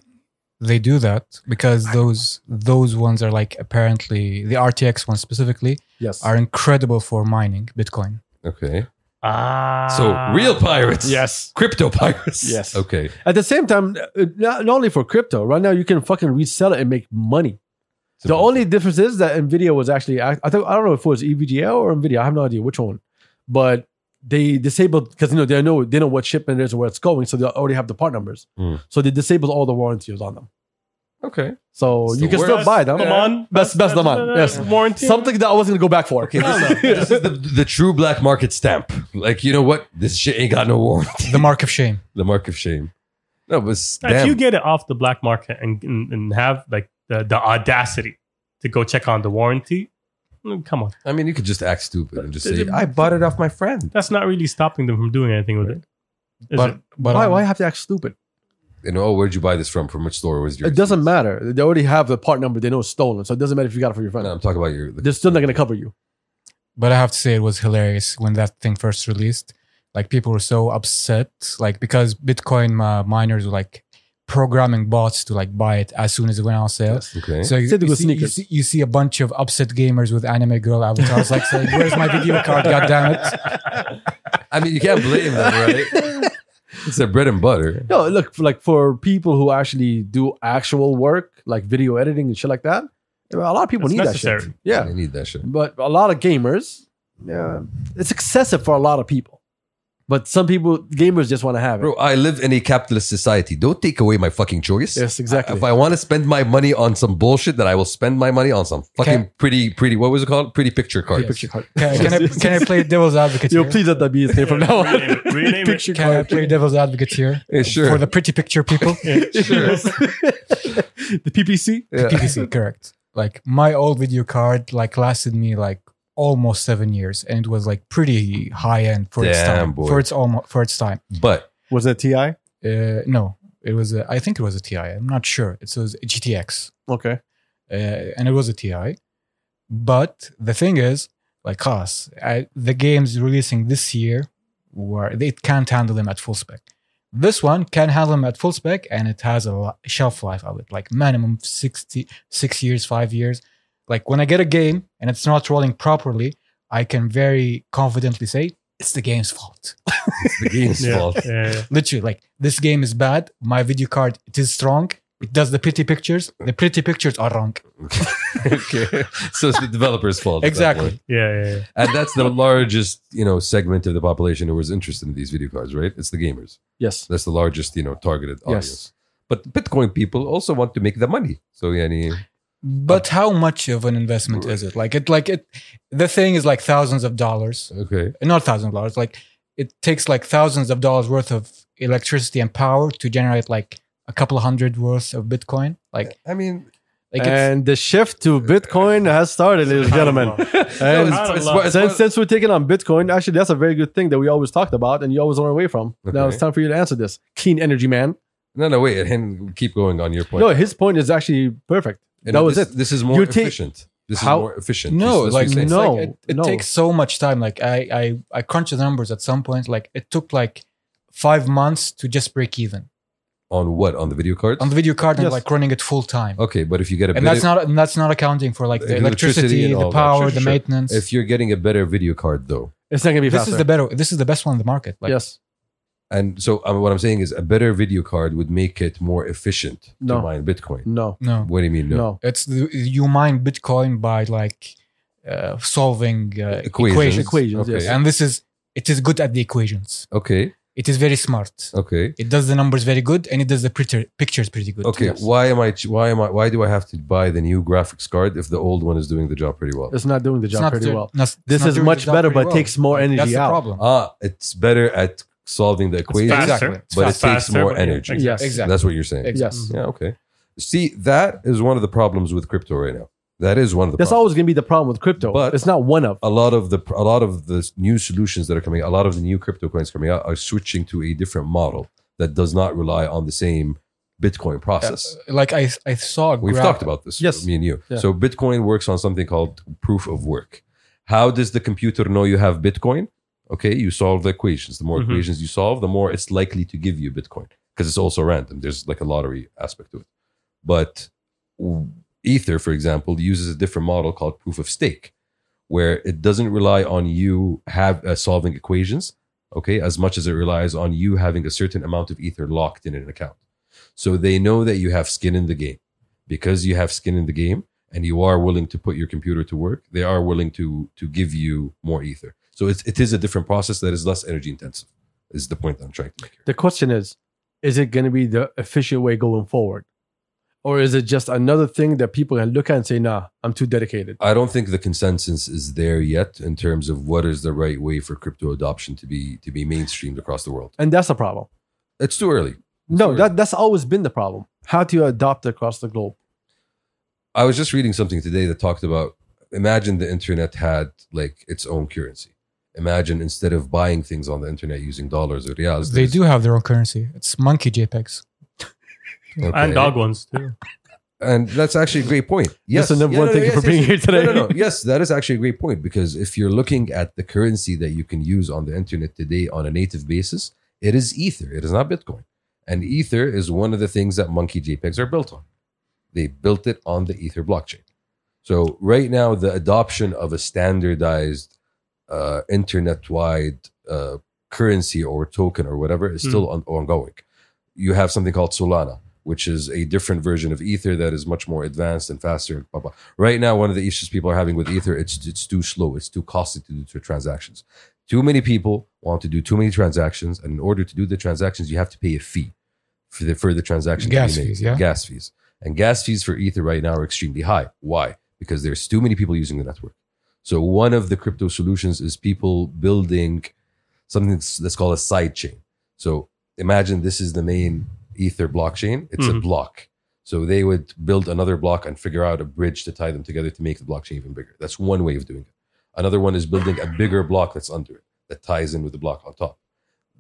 Speaker 2: they do that? Because those those ones are like apparently the RTX ones specifically
Speaker 4: Yes.
Speaker 2: are incredible for mining Bitcoin.
Speaker 1: Okay.
Speaker 3: Ah.
Speaker 1: So real pirates.
Speaker 4: Yes.
Speaker 1: Crypto pirates.
Speaker 4: Yes.
Speaker 1: Okay.
Speaker 4: At the same time, uh, not not only for crypto, right now you can fucking resell it and make money. The only difference is that Nvidia was actually I I, think, I don't know if it was E EVGA or Nvidia. I have no idea which one, but they disabled because you know they know they know what shipment it is or where it's going, so they already have the part numbers.
Speaker 1: Mm.
Speaker 4: So they disabled all the warranties on them.
Speaker 1: Okay.
Speaker 4: So
Speaker 1: It's
Speaker 4: you
Speaker 1: the
Speaker 4: can still
Speaker 1: worst.
Speaker 4: buy them.
Speaker 3: Come on.
Speaker 4: Best best Daman. Yes.
Speaker 3: Warranty.
Speaker 4: Something that I wasn't gonna go back for.
Speaker 1: Okay. This, is, this is the, the true black market stamp. Like you know what? This shit ain't got no warranty.
Speaker 2: The mark of shame.
Speaker 1: The mark of shame. No, but s-
Speaker 3: If
Speaker 1: damn.
Speaker 3: you get it off the black market and, and, and have like the, the audacity to go check on the warranty, mm, come on.
Speaker 1: I mean, you could just act stupid and just say, "I bought it off my friend."
Speaker 3: That's not really stopping them from doing anything with it. Is
Speaker 2: but
Speaker 3: it?
Speaker 2: but
Speaker 4: why
Speaker 2: on-
Speaker 4: why have to act stupid?
Speaker 1: You know, oh, where'd you buy this from? From which store was yours?
Speaker 4: It doesn't matter. They already have the part number. They know it's stolen, so it doesn't matter if you got it from your friend.
Speaker 1: No, I'm talking about your.
Speaker 4: They're still not gonna cover you.
Speaker 2: but I have to say it was hilarious when that thing first released. Like people were so upset, like because Bitcoin uh, miners were like programming bots to like buy it as soon as it went on sale.
Speaker 1: okay.
Speaker 2: So you,
Speaker 4: Said it
Speaker 2: you
Speaker 4: was
Speaker 2: see, you,
Speaker 4: sneakers.
Speaker 2: see, you see a bunch of upset gamers with anime girl avatars, like saying, "Where's my video card? God damn it!"
Speaker 1: I mean, you can't blame them, right? it's their bread and butter.
Speaker 4: No, look, for- like for people who actually do actual work, like video editing and shit like that, a lot of people
Speaker 3: It's
Speaker 4: need that shit.
Speaker 3: necessary.
Speaker 4: Yeah.
Speaker 1: They need that shit.
Speaker 4: But a lot of gamers, yeah, it's excessive for a lot of people. But some people, gamers just want to have it.
Speaker 1: Bro, I live in a capitalist society. Don't take away my fucking choice.
Speaker 4: yes, exactly.
Speaker 1: If I want to spend my money on some bullshit, then I will spend my money on some fucking
Speaker 2: Okay.
Speaker 1: pretty, pretty. What was it called? Pretty picture card.
Speaker 2: Yes.
Speaker 4: Picture card.
Speaker 2: Can, can, I, can I play devil's advocate?
Speaker 4: Yo,
Speaker 2: here?
Speaker 4: please let that be his name from now on.
Speaker 3: Rename it. Rename it.
Speaker 4: Picture
Speaker 2: Can I
Speaker 4: card.
Speaker 2: play devil's advocate here
Speaker 1: Yeah, sure.
Speaker 2: for the pretty picture people?
Speaker 4: Yes. the PPC.
Speaker 1: Yeah.
Speaker 2: PPC, correct. Like my old video card, like lasted me like almost seven years, and it was like pretty high end for its
Speaker 1: Damn,
Speaker 2: time.
Speaker 1: boy.
Speaker 2: For its almost for its time.
Speaker 1: But
Speaker 4: Was it TI?
Speaker 2: Uh, no, it was. A, I think it was a TI. I'm not sure. It was a GTX.
Speaker 4: Okay.
Speaker 2: uh, and it was a TI. But the thing is, like us, I, the games releasing this year were they can't handle them at full spec. This one can handle them at full spec, and it has a lo- shelf life of it, like minimum 60, six years, five years. Like when I get a game and it's not rolling properly, I can very confidently say it's the game's fault.
Speaker 1: it's the game's
Speaker 3: Yeah.
Speaker 1: fault.
Speaker 3: yeah, yeah.
Speaker 2: Literally, like this game is bad. My video card it is strong. It does the pretty pictures. The pretty pictures are wrong.
Speaker 1: okay. So it's the developer's fault. at that
Speaker 2: Exactly.
Speaker 1: point.
Speaker 3: Yeah, yeah, yeah.
Speaker 1: and that's the largest, you know, segment of the population who was interested in these video cards, right? It's the gamers.
Speaker 4: Yes.
Speaker 1: That's the largest, you know, targeted
Speaker 4: Yes.
Speaker 1: audience. But Bitcoin people also want to make the money. So, yeah,
Speaker 2: But how much of an investment is it? Like it, like it. The thing is like thousands of dollars,
Speaker 1: Okay.
Speaker 2: not thousands of dollars. Like it takes like thousands of dollars worth of electricity and power to generate like a couple hundred worth of Bitcoin. Like,
Speaker 1: I mean,
Speaker 2: like it's,
Speaker 4: and the shift to Bitcoin has started, ladies and gentlemen. And
Speaker 3: it's- it's- it's-
Speaker 4: since, since we're taking on Bitcoin, actually, that's a very good thing that we always talked about and you always run away from. Now
Speaker 1: Okay.
Speaker 4: it's time for you to answer this. Clean energy, man.
Speaker 1: no, no, wait. And keep going on your point.
Speaker 4: No, his point is actually perfect.
Speaker 1: And
Speaker 4: that was
Speaker 1: this,
Speaker 4: it.
Speaker 1: This is more
Speaker 4: You take-
Speaker 1: efficient. This
Speaker 4: How-
Speaker 1: is more efficient.
Speaker 2: no,
Speaker 1: This- this
Speaker 2: like
Speaker 1: is what I'm
Speaker 2: it's
Speaker 1: saying.
Speaker 2: like,
Speaker 4: No,
Speaker 2: it, it
Speaker 4: no.
Speaker 2: takes so much time. Like I, I, I crunched the numbers at some point. Like it took like five months to just break even
Speaker 1: on what on the video cards.
Speaker 2: on the video card and
Speaker 4: Yes.
Speaker 2: like running it full time.
Speaker 1: okay, but if you get a
Speaker 2: And
Speaker 1: better,
Speaker 2: that's not and that's not accounting for like the
Speaker 1: Electricity
Speaker 2: electricity,
Speaker 1: and all
Speaker 2: the
Speaker 1: that.
Speaker 2: power,
Speaker 1: Sure,
Speaker 2: the
Speaker 1: sure.
Speaker 2: maintenance.
Speaker 1: if you're getting a better video card though,
Speaker 4: It's not going to be
Speaker 2: this
Speaker 4: faster.
Speaker 2: is the better. This is the best one in the market. Like,
Speaker 4: yes.
Speaker 1: and so um, what I'm saying is a better video card would make it more efficient
Speaker 4: No.
Speaker 1: to mine Bitcoin.
Speaker 4: No.
Speaker 2: No,
Speaker 1: What do you mean?
Speaker 4: No.
Speaker 1: No,
Speaker 2: it's the, you mine Bitcoin by like uh, solving uh, equations.
Speaker 1: Equations.
Speaker 4: Equations,
Speaker 1: Okay.
Speaker 4: yes.
Speaker 2: and this is it is good at the equations.
Speaker 1: Okay,
Speaker 2: It is very smart.
Speaker 1: okay,
Speaker 2: It does the numbers very good, and it does the picture, pictures pretty good.
Speaker 1: okay.
Speaker 2: Yes.
Speaker 1: Why am I? ch- Why am I? Why do I have to buy the new graphics card if the old one is doing the job pretty well?
Speaker 4: It's not doing the
Speaker 2: It's
Speaker 4: job
Speaker 2: not
Speaker 4: pretty
Speaker 2: do-
Speaker 4: well.
Speaker 2: not- it's
Speaker 4: This
Speaker 2: not
Speaker 4: is
Speaker 2: doing
Speaker 4: much
Speaker 2: the job
Speaker 4: better,
Speaker 2: pretty
Speaker 4: but takes more energy
Speaker 2: That's
Speaker 4: out.
Speaker 2: The
Speaker 4: Uh,
Speaker 2: problem.
Speaker 1: Ah, it's better at solving the equation,
Speaker 3: faster,
Speaker 2: Exactly.
Speaker 3: it's
Speaker 1: but it
Speaker 3: faster,
Speaker 1: takes more
Speaker 3: but yeah,
Speaker 1: energy.
Speaker 3: exactly.
Speaker 4: Yes.
Speaker 2: Exactly.
Speaker 1: That's what you're saying.
Speaker 2: Exactly.
Speaker 4: Yes.
Speaker 1: Yeah, okay. See, that is one of the problems with crypto right now. That is one of the
Speaker 4: That's
Speaker 1: problems.
Speaker 4: always going to be the problem with crypto.
Speaker 1: But-
Speaker 4: it's not one of.
Speaker 1: a lot of the a lot of the new solutions that are coming, a lot of the new crypto coins coming out are switching to a different model that does not rely on the same Bitcoin process.
Speaker 2: Uh, like I, I saw. A
Speaker 1: We've
Speaker 2: graph-
Speaker 1: talked about this,
Speaker 4: Yes.
Speaker 1: me and you.
Speaker 4: Yeah.
Speaker 1: So Bitcoin works on something called proof of work. How does the computer know you have Bitcoin? Okay, you solve the equations. The more
Speaker 3: Mhm.
Speaker 4: Mm-hmm.
Speaker 1: equations you solve, the more it's likely to give you Bitcoin because it's also random. There's like a lottery aspect to it. But w- Ether, for example, uses a different model called proof of stake, where it doesn't rely on you have uh, solving equations, okay, as much as it relies on you having a certain amount of Ether locked in an account. So they know that you have skin in the game because you have skin in the game and you are willing to put your computer to work, they are willing to to give you more ether. So it's, it is a different process that is less energy intensive. Is the point that I'm trying to make here?
Speaker 4: The question is, is it going to be the efficient way going forward? Or is it just another thing that people can look at and say, nah, I'm too dedicated?
Speaker 1: I don't think the consensus is there yet in terms of what is the right way for crypto adoption to be to be mainstreamed across the world.
Speaker 4: And that's a problem.
Speaker 1: It's too early.
Speaker 4: No,
Speaker 1: Sure.
Speaker 4: that, that's always been the problem. How do you adopt across the globe?
Speaker 1: I was just reading something today that talked about imagine the internet had like its own currency. Imagine instead of buying things on the internet using dollars or reals,
Speaker 2: They
Speaker 1: there's-
Speaker 2: do have their own currency. It's monkey E JPEGs.
Speaker 1: Okay.
Speaker 3: And dog ones too.
Speaker 1: And that's actually a great point. Yes.
Speaker 4: Listen, number
Speaker 1: Yeah,
Speaker 4: one,
Speaker 1: no,
Speaker 4: thank
Speaker 1: yes,
Speaker 4: you for being
Speaker 1: yes,
Speaker 4: here today.
Speaker 1: No, no, no. Yes, that is actually a great point because if you're looking at the currency that you can use on the internet today on a native basis, it is Ether. It is not Bitcoin. And Ether is one of the things that Monkey JPEGs are built on. They built it on the Ether blockchain. So right now, the adoption of a standardized uh, internet-wide uh, currency or token or whatever is still on- ongoing. You have something called Solana, which is a different version of Ether that is much more advanced and faster. Blah, blah. Right now, one of the issues people are having with Ether, it's it's too slow. It's too costly to do tr- transactions. Too many people want to do too many transactions, and in order to do the transactions, you have to pay a fee for the for the transaction. to
Speaker 2: Gas
Speaker 1: be made.
Speaker 2: fees, yeah.
Speaker 1: Gas fees. And gas fees for Ether right now are extremely high. Why? Because there's too many people using the network. So one of the crypto solutions is people building something that's, that's called a side chain. So imagine this is the main Ether blockchain. It's a
Speaker 3: Mhm.
Speaker 1: block. So they would build another block and figure out a bridge to tie them together to make the blockchain even bigger. That's one way of doing it. Another one is building a bigger block that's under it that ties in with the block on top.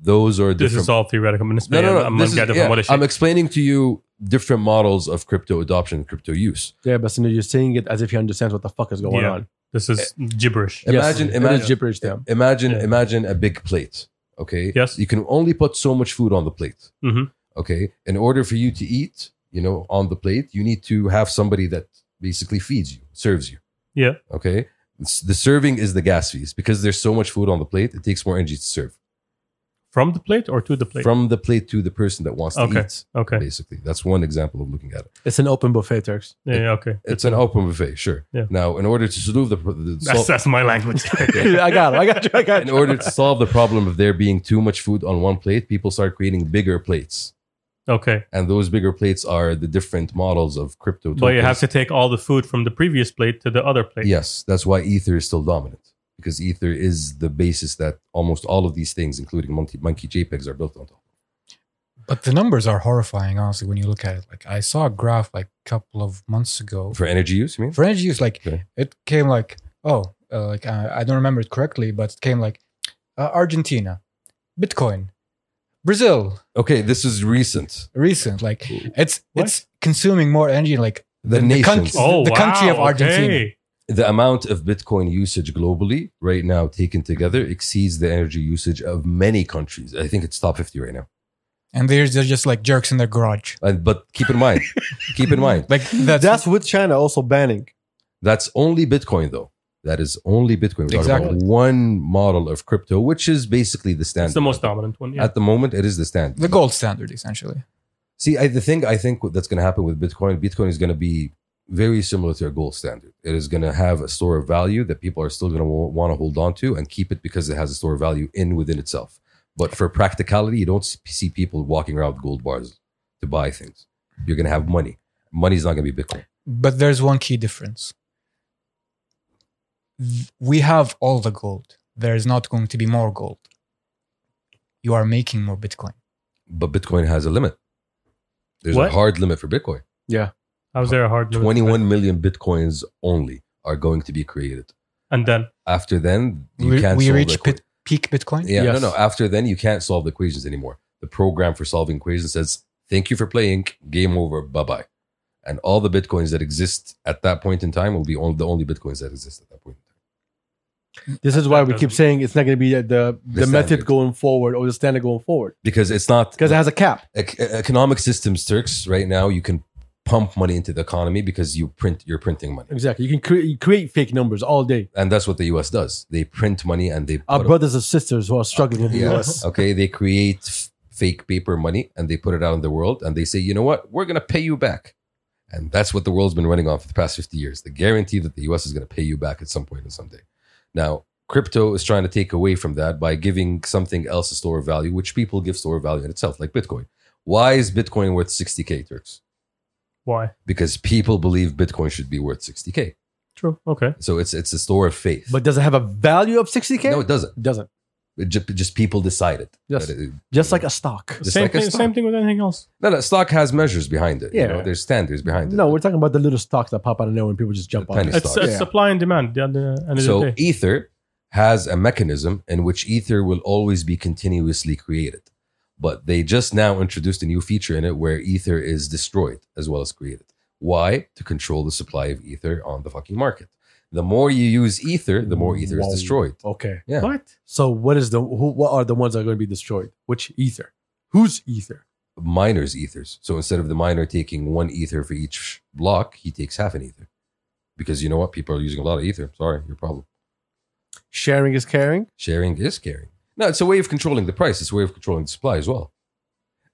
Speaker 1: Those are
Speaker 3: This
Speaker 1: different.
Speaker 3: is all theoretical. I'm,
Speaker 1: no, no, no.
Speaker 3: I'm
Speaker 1: this
Speaker 3: gonna
Speaker 1: is-
Speaker 3: get it
Speaker 1: yeah,
Speaker 3: from what it
Speaker 1: I'm
Speaker 3: is.
Speaker 1: explaining to you different models of crypto adoption, crypto use.
Speaker 4: Yeah, but you know, you're saying it as if he understands what the fuck is going
Speaker 3: Yeah.
Speaker 4: on.
Speaker 3: This is
Speaker 1: eh,
Speaker 3: gibberish.
Speaker 1: Yeah. Imagine-
Speaker 4: it
Speaker 1: imagine-
Speaker 4: is gibberish to him.
Speaker 1: Imagine,
Speaker 3: Yeah.
Speaker 1: imagine a big plate. Okay.
Speaker 3: Yes.
Speaker 1: You can only put so much food on the plate.
Speaker 3: Mhm.
Speaker 1: Okay. In order for you to eat, you know, on the plate, you need to have somebody that basically feeds you, serves you.
Speaker 3: Yeah.
Speaker 1: Okay. It's- the serving is the gas fees because there's so much food on the plate. It takes more energy to serve
Speaker 3: From the plate or to the plate?
Speaker 1: from the plate to the person that wants to
Speaker 3: Okay.
Speaker 1: eat.
Speaker 3: okay.
Speaker 1: Basically, that's one example of looking at it.
Speaker 4: It's an open buffet, Turks.
Speaker 3: Yeah, yeah, okay.
Speaker 1: It's an open buffet, sure.
Speaker 3: Yeah.
Speaker 1: Now, in order to solve the, the
Speaker 3: That's, that's my language.
Speaker 4: I got him. I got you. I got
Speaker 1: in
Speaker 4: you.
Speaker 1: order to solve the problem of there being too much food on one plate, people start creating bigger plates.
Speaker 3: Okay.
Speaker 1: and those bigger plates are the different models of crypto.
Speaker 3: But you
Speaker 1: tokens.
Speaker 3: have to take all the food from the previous plate to the other plate.
Speaker 1: Yes, that's why Ether is still dominant because Ether is the basis that almost all of these things, including monkey, monkey JPEGs, are built on top.
Speaker 2: But the numbers are horrifying, honestly, when you look at it. Like I saw a graph like a couple of months ago
Speaker 1: For energy use, you mean?
Speaker 2: for energy use. Like
Speaker 1: Okay.
Speaker 2: it came like oh, uh, like uh, I don't remember it correctly, but it came like uh, Argentina, Bitcoin, Brazil,
Speaker 1: Okay, this is recent.
Speaker 2: recent. Like it's
Speaker 3: What?
Speaker 2: it's consuming more energy. Like
Speaker 1: The,
Speaker 2: The- the
Speaker 1: nations,
Speaker 2: country-
Speaker 3: Oh,
Speaker 2: The country
Speaker 3: wow,
Speaker 2: of Argentina.
Speaker 3: okay.
Speaker 1: the amount of Bitcoin usage globally right now, taken together, exceeds the energy usage of many countries. I think it's top fifty right now.
Speaker 2: and they're they're just like jerks in their garage.
Speaker 1: And, but keep in mind, keep in mind,
Speaker 2: Like that's,
Speaker 4: That's, with China also banning.
Speaker 1: That's only Bitcoin, though. That is only Bitcoin. We're talking
Speaker 2: Exactly.
Speaker 1: about one model of crypto, which is basically the standard.
Speaker 3: It's the most dominant one. Yeah.
Speaker 1: At the moment, it is the standard.
Speaker 2: the gold standard essentially.
Speaker 1: See, I, the thing I think that's going to happen with Bitcoin, Bitcoin is going to be very similar to a gold standard. It is going to have a store of value that people are still going to want to hold on to and keep it because it has a store of value in within itself. But for practicality, you don't s- see people walking around with gold bars to buy things. You're going to have money. Money's not going to be Bitcoin.
Speaker 2: But there's one key difference. Th- We have all the gold. There is not going to be more gold. You are making more Bitcoin.
Speaker 1: But Bitcoin has a limit. There's
Speaker 3: What?
Speaker 1: a hard limit for Bitcoin.
Speaker 3: How's there a hard limit?
Speaker 1: 21 million bitcoins only are going to be created.
Speaker 3: And then
Speaker 1: After then, you
Speaker 2: we
Speaker 1: can't
Speaker 2: we
Speaker 1: solve the
Speaker 2: reach
Speaker 1: equa-
Speaker 2: pit, peak Bitcoin.
Speaker 1: Yeah,
Speaker 4: Yes.
Speaker 1: no, no. After then, you can't solve the equations anymore. The program for solving equations says, "Thank you for playing. Game over. Bye bye." And all the bitcoins that exist at that point in time will be on the only bitcoins that exist at that point.
Speaker 4: This is why we
Speaker 3: doesn't-
Speaker 4: keep saying it's not going to be the the,
Speaker 1: The
Speaker 4: method
Speaker 1: standard.
Speaker 4: going forward or the standard going forward
Speaker 1: Because it's not
Speaker 4: because it has a cap.
Speaker 1: ec- e-, economic systems, Turks. Right now, you can pump money into the economy because you print. You're printing money,
Speaker 4: Exactly. You can cre- you create fake numbers all day.
Speaker 1: and that's what the U.S. does. They print money and they
Speaker 2: Uh,
Speaker 4: Our
Speaker 1: put-
Speaker 4: brothers and sisters who are struggling in the
Speaker 1: Yeah.
Speaker 4: U.S.
Speaker 1: Okay, they create f- fake paper money and they put it out in the world and they say, you know what, we're going to pay you back. And that's what the world's been running on for the past 50 years the guarantee that the US is going to pay you back at some point and someday. Now, crypto is trying to take away from that by giving something else a store of value, which people give store of value in itself, like Bitcoin. Why is Bitcoin worth 60K, Turks?
Speaker 3: why?
Speaker 1: Because people believe Bitcoin should be worth 60K.
Speaker 3: True. Okay.
Speaker 1: So it's it's a store of faith.
Speaker 4: But does it have a value of 60K?
Speaker 1: no, it doesn't.
Speaker 4: doesn't.
Speaker 1: It ju- just people decide it.
Speaker 4: Yes.
Speaker 1: That it-
Speaker 4: Just like a stock.
Speaker 1: Just
Speaker 3: same
Speaker 1: like a
Speaker 3: thing.
Speaker 1: stock.
Speaker 3: Same thing with anything else.
Speaker 1: No, no, stock has measures behind it.
Speaker 4: Yeah.
Speaker 1: You know, there's standards behind it.
Speaker 4: No, we're talking about the little stocks that pop out of nowhere and people just jump
Speaker 1: The
Speaker 4: on.
Speaker 1: penny
Speaker 4: it.
Speaker 3: It's,
Speaker 1: Stock.
Speaker 3: it's
Speaker 4: Yeah.
Speaker 3: supply and demand. The end, end of
Speaker 1: so
Speaker 3: the day.
Speaker 1: ether has a mechanism in which ether will always be continuously created. But they just now introduced a new feature in it where ether is destroyed as well as created. Why? To control the supply of ether on the fucking market. The more you use ether, the more ether
Speaker 4: Whoa.
Speaker 1: is destroyed.
Speaker 4: Okay.
Speaker 1: Yeah.
Speaker 3: What?
Speaker 4: So what is the who, what are the ones that are going to be destroyed? Which ether? Who's ether?
Speaker 1: Miners ethers. So instead of the miner taking one ether for each block, he takes half an ether. Because you know what? People are using a lot of ether. Sorry, your problem.
Speaker 4: Sharing is caring.
Speaker 1: Sharing is caring. No, it's a way of controlling the price. It's a way of controlling the supply as well.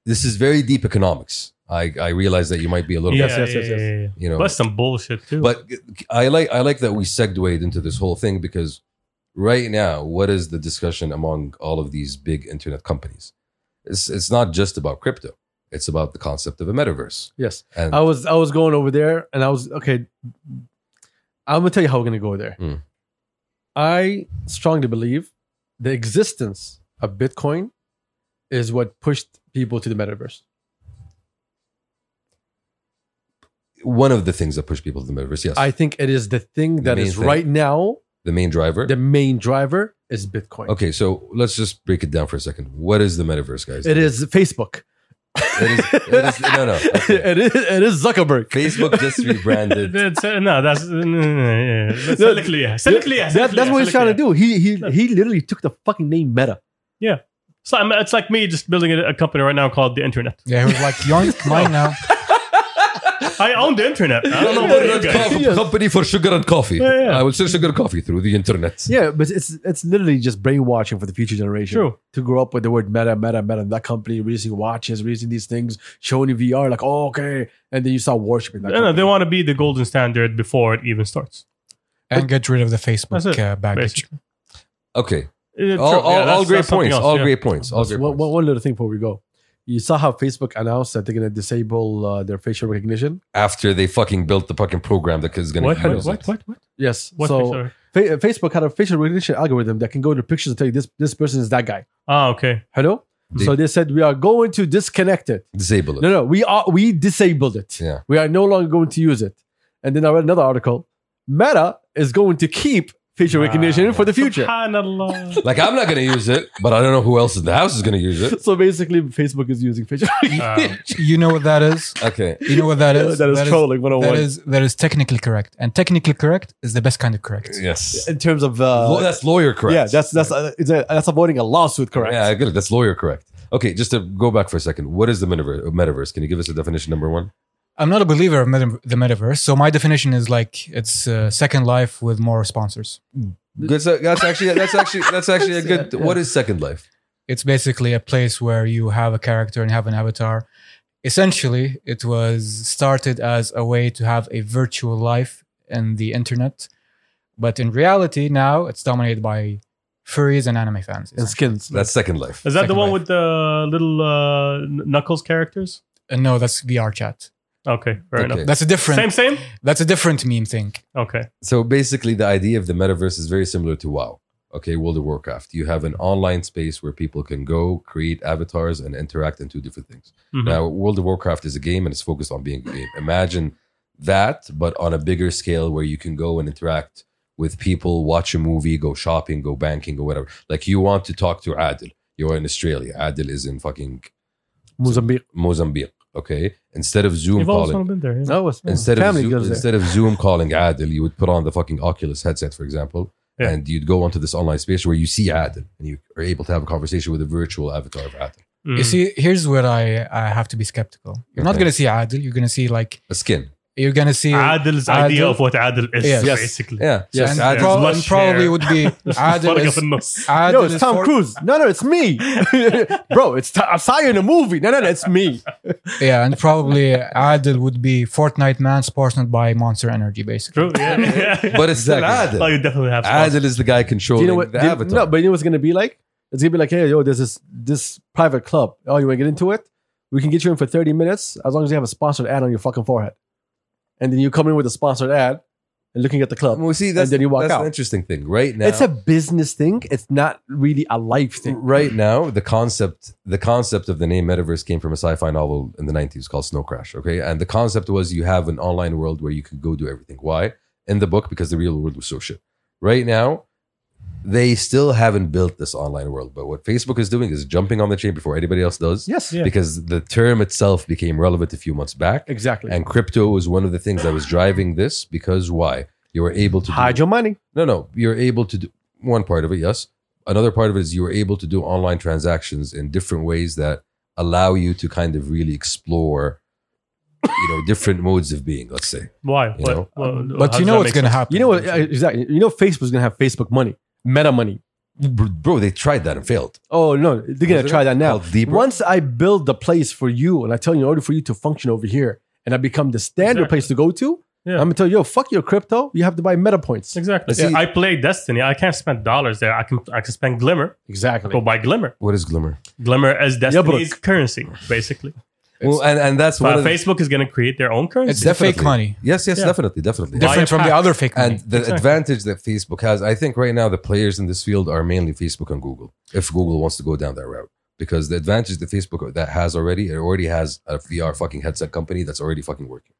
Speaker 1: This is very deep economics. I, I realize that you might be a little,
Speaker 3: Yeah,
Speaker 4: Yes, yes, yes,
Speaker 3: yeah,
Speaker 4: yes.
Speaker 3: yeah, yeah.
Speaker 1: you know,
Speaker 3: But some bullshit too.
Speaker 1: but I like I like that we segued into this whole thing because right now, what is the discussion among all of these big internet companies? It's it's not just about crypto. It's about the concept of a metaverse.
Speaker 4: Yes.
Speaker 1: And
Speaker 4: I
Speaker 3: Oh.
Speaker 4: was I was going over there and I was okay. I'm gonna tell you how we're gonna go there.
Speaker 1: Mm.
Speaker 4: I strongly believe the existence of Bitcoin is what pushed people to the metaverse.
Speaker 1: one of the things that push people to the metaverse, yes,
Speaker 4: I think it is the thing
Speaker 1: The
Speaker 4: that
Speaker 1: main
Speaker 4: is
Speaker 1: thing.
Speaker 4: right now
Speaker 1: the main driver.
Speaker 4: the main driver is Bitcoin.
Speaker 1: okay, so let's just break it down for a second. What is the metaverse, guys?
Speaker 4: It is Facebook.
Speaker 1: It is- it is- no, no, okay.
Speaker 4: it is it is Zuckerberg.
Speaker 1: Facebook just rebranded
Speaker 3: That's- uh, no, that's no, no, no, no. That's
Speaker 4: No,
Speaker 3: Cynically, yeah. Cynically, yeah.
Speaker 4: That- that's what he's trying to do. He he
Speaker 3: Yeah.
Speaker 4: he literally took the fucking name Meta.
Speaker 3: So I'm, it's like me just building a, a company right now called the internet.
Speaker 2: Yeah, he was like, yoink, mine now.
Speaker 3: I own the internet. I don't know
Speaker 1: Internet
Speaker 3: what you guys.
Speaker 1: co-
Speaker 4: Yes.
Speaker 1: company for sugar and coffee.
Speaker 3: Yeah, yeah.
Speaker 1: I will sell sugar and coffee through the internet.
Speaker 4: Yeah, but it's it's literally just brainwashing for the future generation.
Speaker 3: True.
Speaker 4: To grow up with the word Meta, Meta, Meta, and that company releasing watches, releasing these things, showing you VR, like oh, okay, and then you start worshiping that.
Speaker 3: No, no,
Speaker 4: company.
Speaker 3: they want to be the golden standard before it even starts.
Speaker 2: And get rid of the Facebook
Speaker 3: That's it,
Speaker 2: uh, baggage.
Speaker 3: Basically.
Speaker 1: Okay.
Speaker 3: Uh, true.
Speaker 1: All, all,
Speaker 3: Yeah,
Speaker 1: all
Speaker 3: that's-
Speaker 1: great
Speaker 3: that's something
Speaker 1: points.
Speaker 3: else,
Speaker 1: all
Speaker 3: yeah.
Speaker 1: great points. All
Speaker 4: So
Speaker 1: great
Speaker 4: one,
Speaker 1: points.
Speaker 4: one- one little thing before we go. You saw how Facebook announced that they're going to disable uh, their facial recognition.
Speaker 1: after they fucking built the fucking program that is going
Speaker 3: What,
Speaker 1: to
Speaker 3: what,
Speaker 1: use
Speaker 3: what,
Speaker 1: it.
Speaker 3: what, what?
Speaker 4: Yes.
Speaker 3: What
Speaker 4: so
Speaker 3: picture?
Speaker 4: fa- Facebook had a facial recognition algorithm that can go into pictures and tell you this this person is that guy.
Speaker 3: Ah, okay.
Speaker 4: Hello.
Speaker 1: They-
Speaker 4: so they said we are going to disconnect it.
Speaker 1: Disable it.
Speaker 4: No, no, we are we disabled it.
Speaker 1: Yeah.
Speaker 4: We are no longer going to use it. And then I read another article. Meta is going to keep facial
Speaker 3: Wow.
Speaker 4: recognition for the future.
Speaker 3: Subhanallah. Uh,
Speaker 1: Like I'm not going to use it, but I don't know who else in the house is going to use it.
Speaker 4: So basically, Facebook is using facial
Speaker 3: Um,
Speaker 2: You know what that is?
Speaker 1: Okay.
Speaker 2: You know what that is?
Speaker 4: that is trolling
Speaker 2: that
Speaker 4: 101
Speaker 2: is that is technically correct, and technically correct is the best kind of correct.
Speaker 1: Yes.
Speaker 4: in terms of
Speaker 1: Law-
Speaker 4: uh,
Speaker 1: that's lawyer correct.
Speaker 4: yeah, that's that's uh, it's a, that's avoiding a lawsuit, correct?
Speaker 1: Yeah, I get it. That's lawyer correct. Okay, just to go back for a second, what is the metaverse? metaverse? Can you give us a definition, number one?
Speaker 2: I'm not a believer of meta- the metaverse, so my definition is like it's uh, Second Life with more sponsors.
Speaker 1: That's, that's actually that's actually that's actually a good. What is Second Life?
Speaker 2: It's basically a place where you have a character and have an avatar. Essentially, it was started as a way to have a virtual life in the internet, but in reality, now it's dominated by furries and anime fans.
Speaker 4: And skins.
Speaker 1: That's Second Life.
Speaker 3: Is that the
Speaker 2: Second
Speaker 3: one
Speaker 2: Life.
Speaker 3: with the little uh, Knuckles characters?
Speaker 2: Uh, no, that's VR chat.
Speaker 3: Okay, fair
Speaker 1: Okay.
Speaker 3: enough.
Speaker 2: That's a different.
Speaker 3: Same, same?
Speaker 2: That's a different meme thing.
Speaker 3: Okay.
Speaker 1: So basically, the idea of the metaverse is very similar to WoW. Okay, World of Warcraft. You have an online space where people can go create avatars and interact in two different things.
Speaker 3: Mhm.
Speaker 1: Now, World of Warcraft is a game and it's focused on being a game. Imagine that, but on a bigger scale where you can go and interact with people, watch a movie, go shopping, go banking, or whatever. Like you want to talk to Adil. You're in Australia. Adil is in fucking
Speaker 4: Mozambique.
Speaker 1: Mozambique. Okay. Instead of Zoom
Speaker 3: You've also
Speaker 1: calling,
Speaker 3: been there. yeah.
Speaker 4: That was
Speaker 1: instead of
Speaker 4: family
Speaker 1: Zoom,
Speaker 4: goes there.
Speaker 1: instead of Zoom calling Adil, you would put on the fucking Oculus headset, for example,
Speaker 3: Yeah.
Speaker 1: and you'd go onto this online space where you see Adil and you are able to have a conversation with a virtual avatar of Adil,
Speaker 3: Mm.
Speaker 2: You see, here's where I, I have to be skeptical. You're not
Speaker 1: Okay.
Speaker 2: gonna see Adil. You're gonna see like
Speaker 1: a skin.
Speaker 2: you're gonna see.
Speaker 3: Adil's
Speaker 2: Adil-
Speaker 3: idea of what Adil is,
Speaker 2: Yes.
Speaker 4: Yes.
Speaker 3: basically.
Speaker 1: Yeah.
Speaker 4: Yes.
Speaker 2: and
Speaker 3: Adil's
Speaker 2: prob-
Speaker 3: lush
Speaker 2: and probably
Speaker 3: hair.
Speaker 2: would be Adil.
Speaker 3: Falling
Speaker 2: is,
Speaker 3: off in nose.
Speaker 2: Adil
Speaker 4: No, it's
Speaker 2: is
Speaker 4: Tom
Speaker 2: for-
Speaker 4: Cruise. No, no, it's me, bro. It's I I saw you in a movie. No, no, no, it's me.
Speaker 2: Yeah, and probably Adil would be Fortnite man sponsored by Monster Energy, basically.
Speaker 3: True, yeah.
Speaker 1: But it's still Adil.
Speaker 3: Oh, you definitely have spots.
Speaker 1: Adil is the guy
Speaker 4: Do
Speaker 1: controlling
Speaker 4: you know what?
Speaker 1: the
Speaker 4: do you-
Speaker 1: avatar.
Speaker 4: no, but you know what's gonna be like? It's gonna be like, hey, yo, there's this this private club. Oh, you wanna get into it? We can get you in for 30 minutes as long as you have a sponsored ad on your fucking forehead. And then you come in with a sponsored ad and looking at the club.
Speaker 1: Well, see, that's,
Speaker 4: then you walk
Speaker 1: that's
Speaker 4: out.
Speaker 1: the interesting thing. Right now,
Speaker 4: It's a business thing. It's not really a life thing.
Speaker 1: right now the concept the concept of the name metaverse came from a sci-fi novel in the 90s called Snow Crash. Okay, and the concept was you have an online world where you could go do everything. Why? In the book, because the real world was so shit. Right now, they still haven't built this online world. But what Facebook is doing is jumping on the chain before anybody else does,
Speaker 4: Yes.
Speaker 3: Yeah.
Speaker 1: because the term itself became relevant a few months back,
Speaker 4: Exactly.
Speaker 1: and crypto was one of the things that was driving this. Because why? You were able to do
Speaker 4: Hide your money.
Speaker 1: no, no. You're able to do one part of it, yes. Another part of it is you were able to do online transactions in different ways that allow you to kind of really explore, you know, different modes of being, let's say.
Speaker 3: Why?
Speaker 1: You
Speaker 3: What-
Speaker 1: know.
Speaker 3: what- how
Speaker 2: But
Speaker 3: does
Speaker 2: you
Speaker 3: that
Speaker 2: know what's
Speaker 3: make
Speaker 2: gonna
Speaker 3: sense?
Speaker 2: happen.
Speaker 4: You know what? uh, Exactly. You know Facebook's gonna have Facebook money, meta money.
Speaker 1: Br- Bro, they tried that and failed.
Speaker 4: Oh no, they're gonna
Speaker 1: Was it
Speaker 4: try that now.
Speaker 1: Called Libra?
Speaker 4: Once I build the place for you, and I tell you, in order for you to function over here, and I become the standard
Speaker 3: Exactly.
Speaker 4: place to go to,
Speaker 3: Yeah.
Speaker 4: I'm gonna tell you, yo, fuck your crypto. You have to buy meta points.
Speaker 3: Exactly.
Speaker 1: See-
Speaker 3: I play Destiny. I can't spend dollars there. I can I can spend Glimmer.
Speaker 4: Exactly.
Speaker 3: Go buy Glimmer.
Speaker 1: What is Glimmer?
Speaker 3: Glimmer as Destiny's
Speaker 4: Yabruk.
Speaker 3: currency, basically.
Speaker 1: Well, and, and that's
Speaker 3: But
Speaker 1: one of the,
Speaker 3: Facebook is going to create their own currency.
Speaker 2: It's the fake
Speaker 1: Definitely.
Speaker 2: money,
Speaker 1: Yes, yes,
Speaker 3: Yeah.
Speaker 1: definitely, definitely.
Speaker 3: Why
Speaker 2: different
Speaker 3: a
Speaker 2: from the
Speaker 3: pack?
Speaker 2: other fake money.
Speaker 1: And the
Speaker 3: Exactly.
Speaker 1: advantage that Facebook has, I think right now the players in this field are mainly Facebook and Google. If Google wants to go down that route, because the advantage that Facebook that has already, it already has a VR fucking headset company that's already fucking working.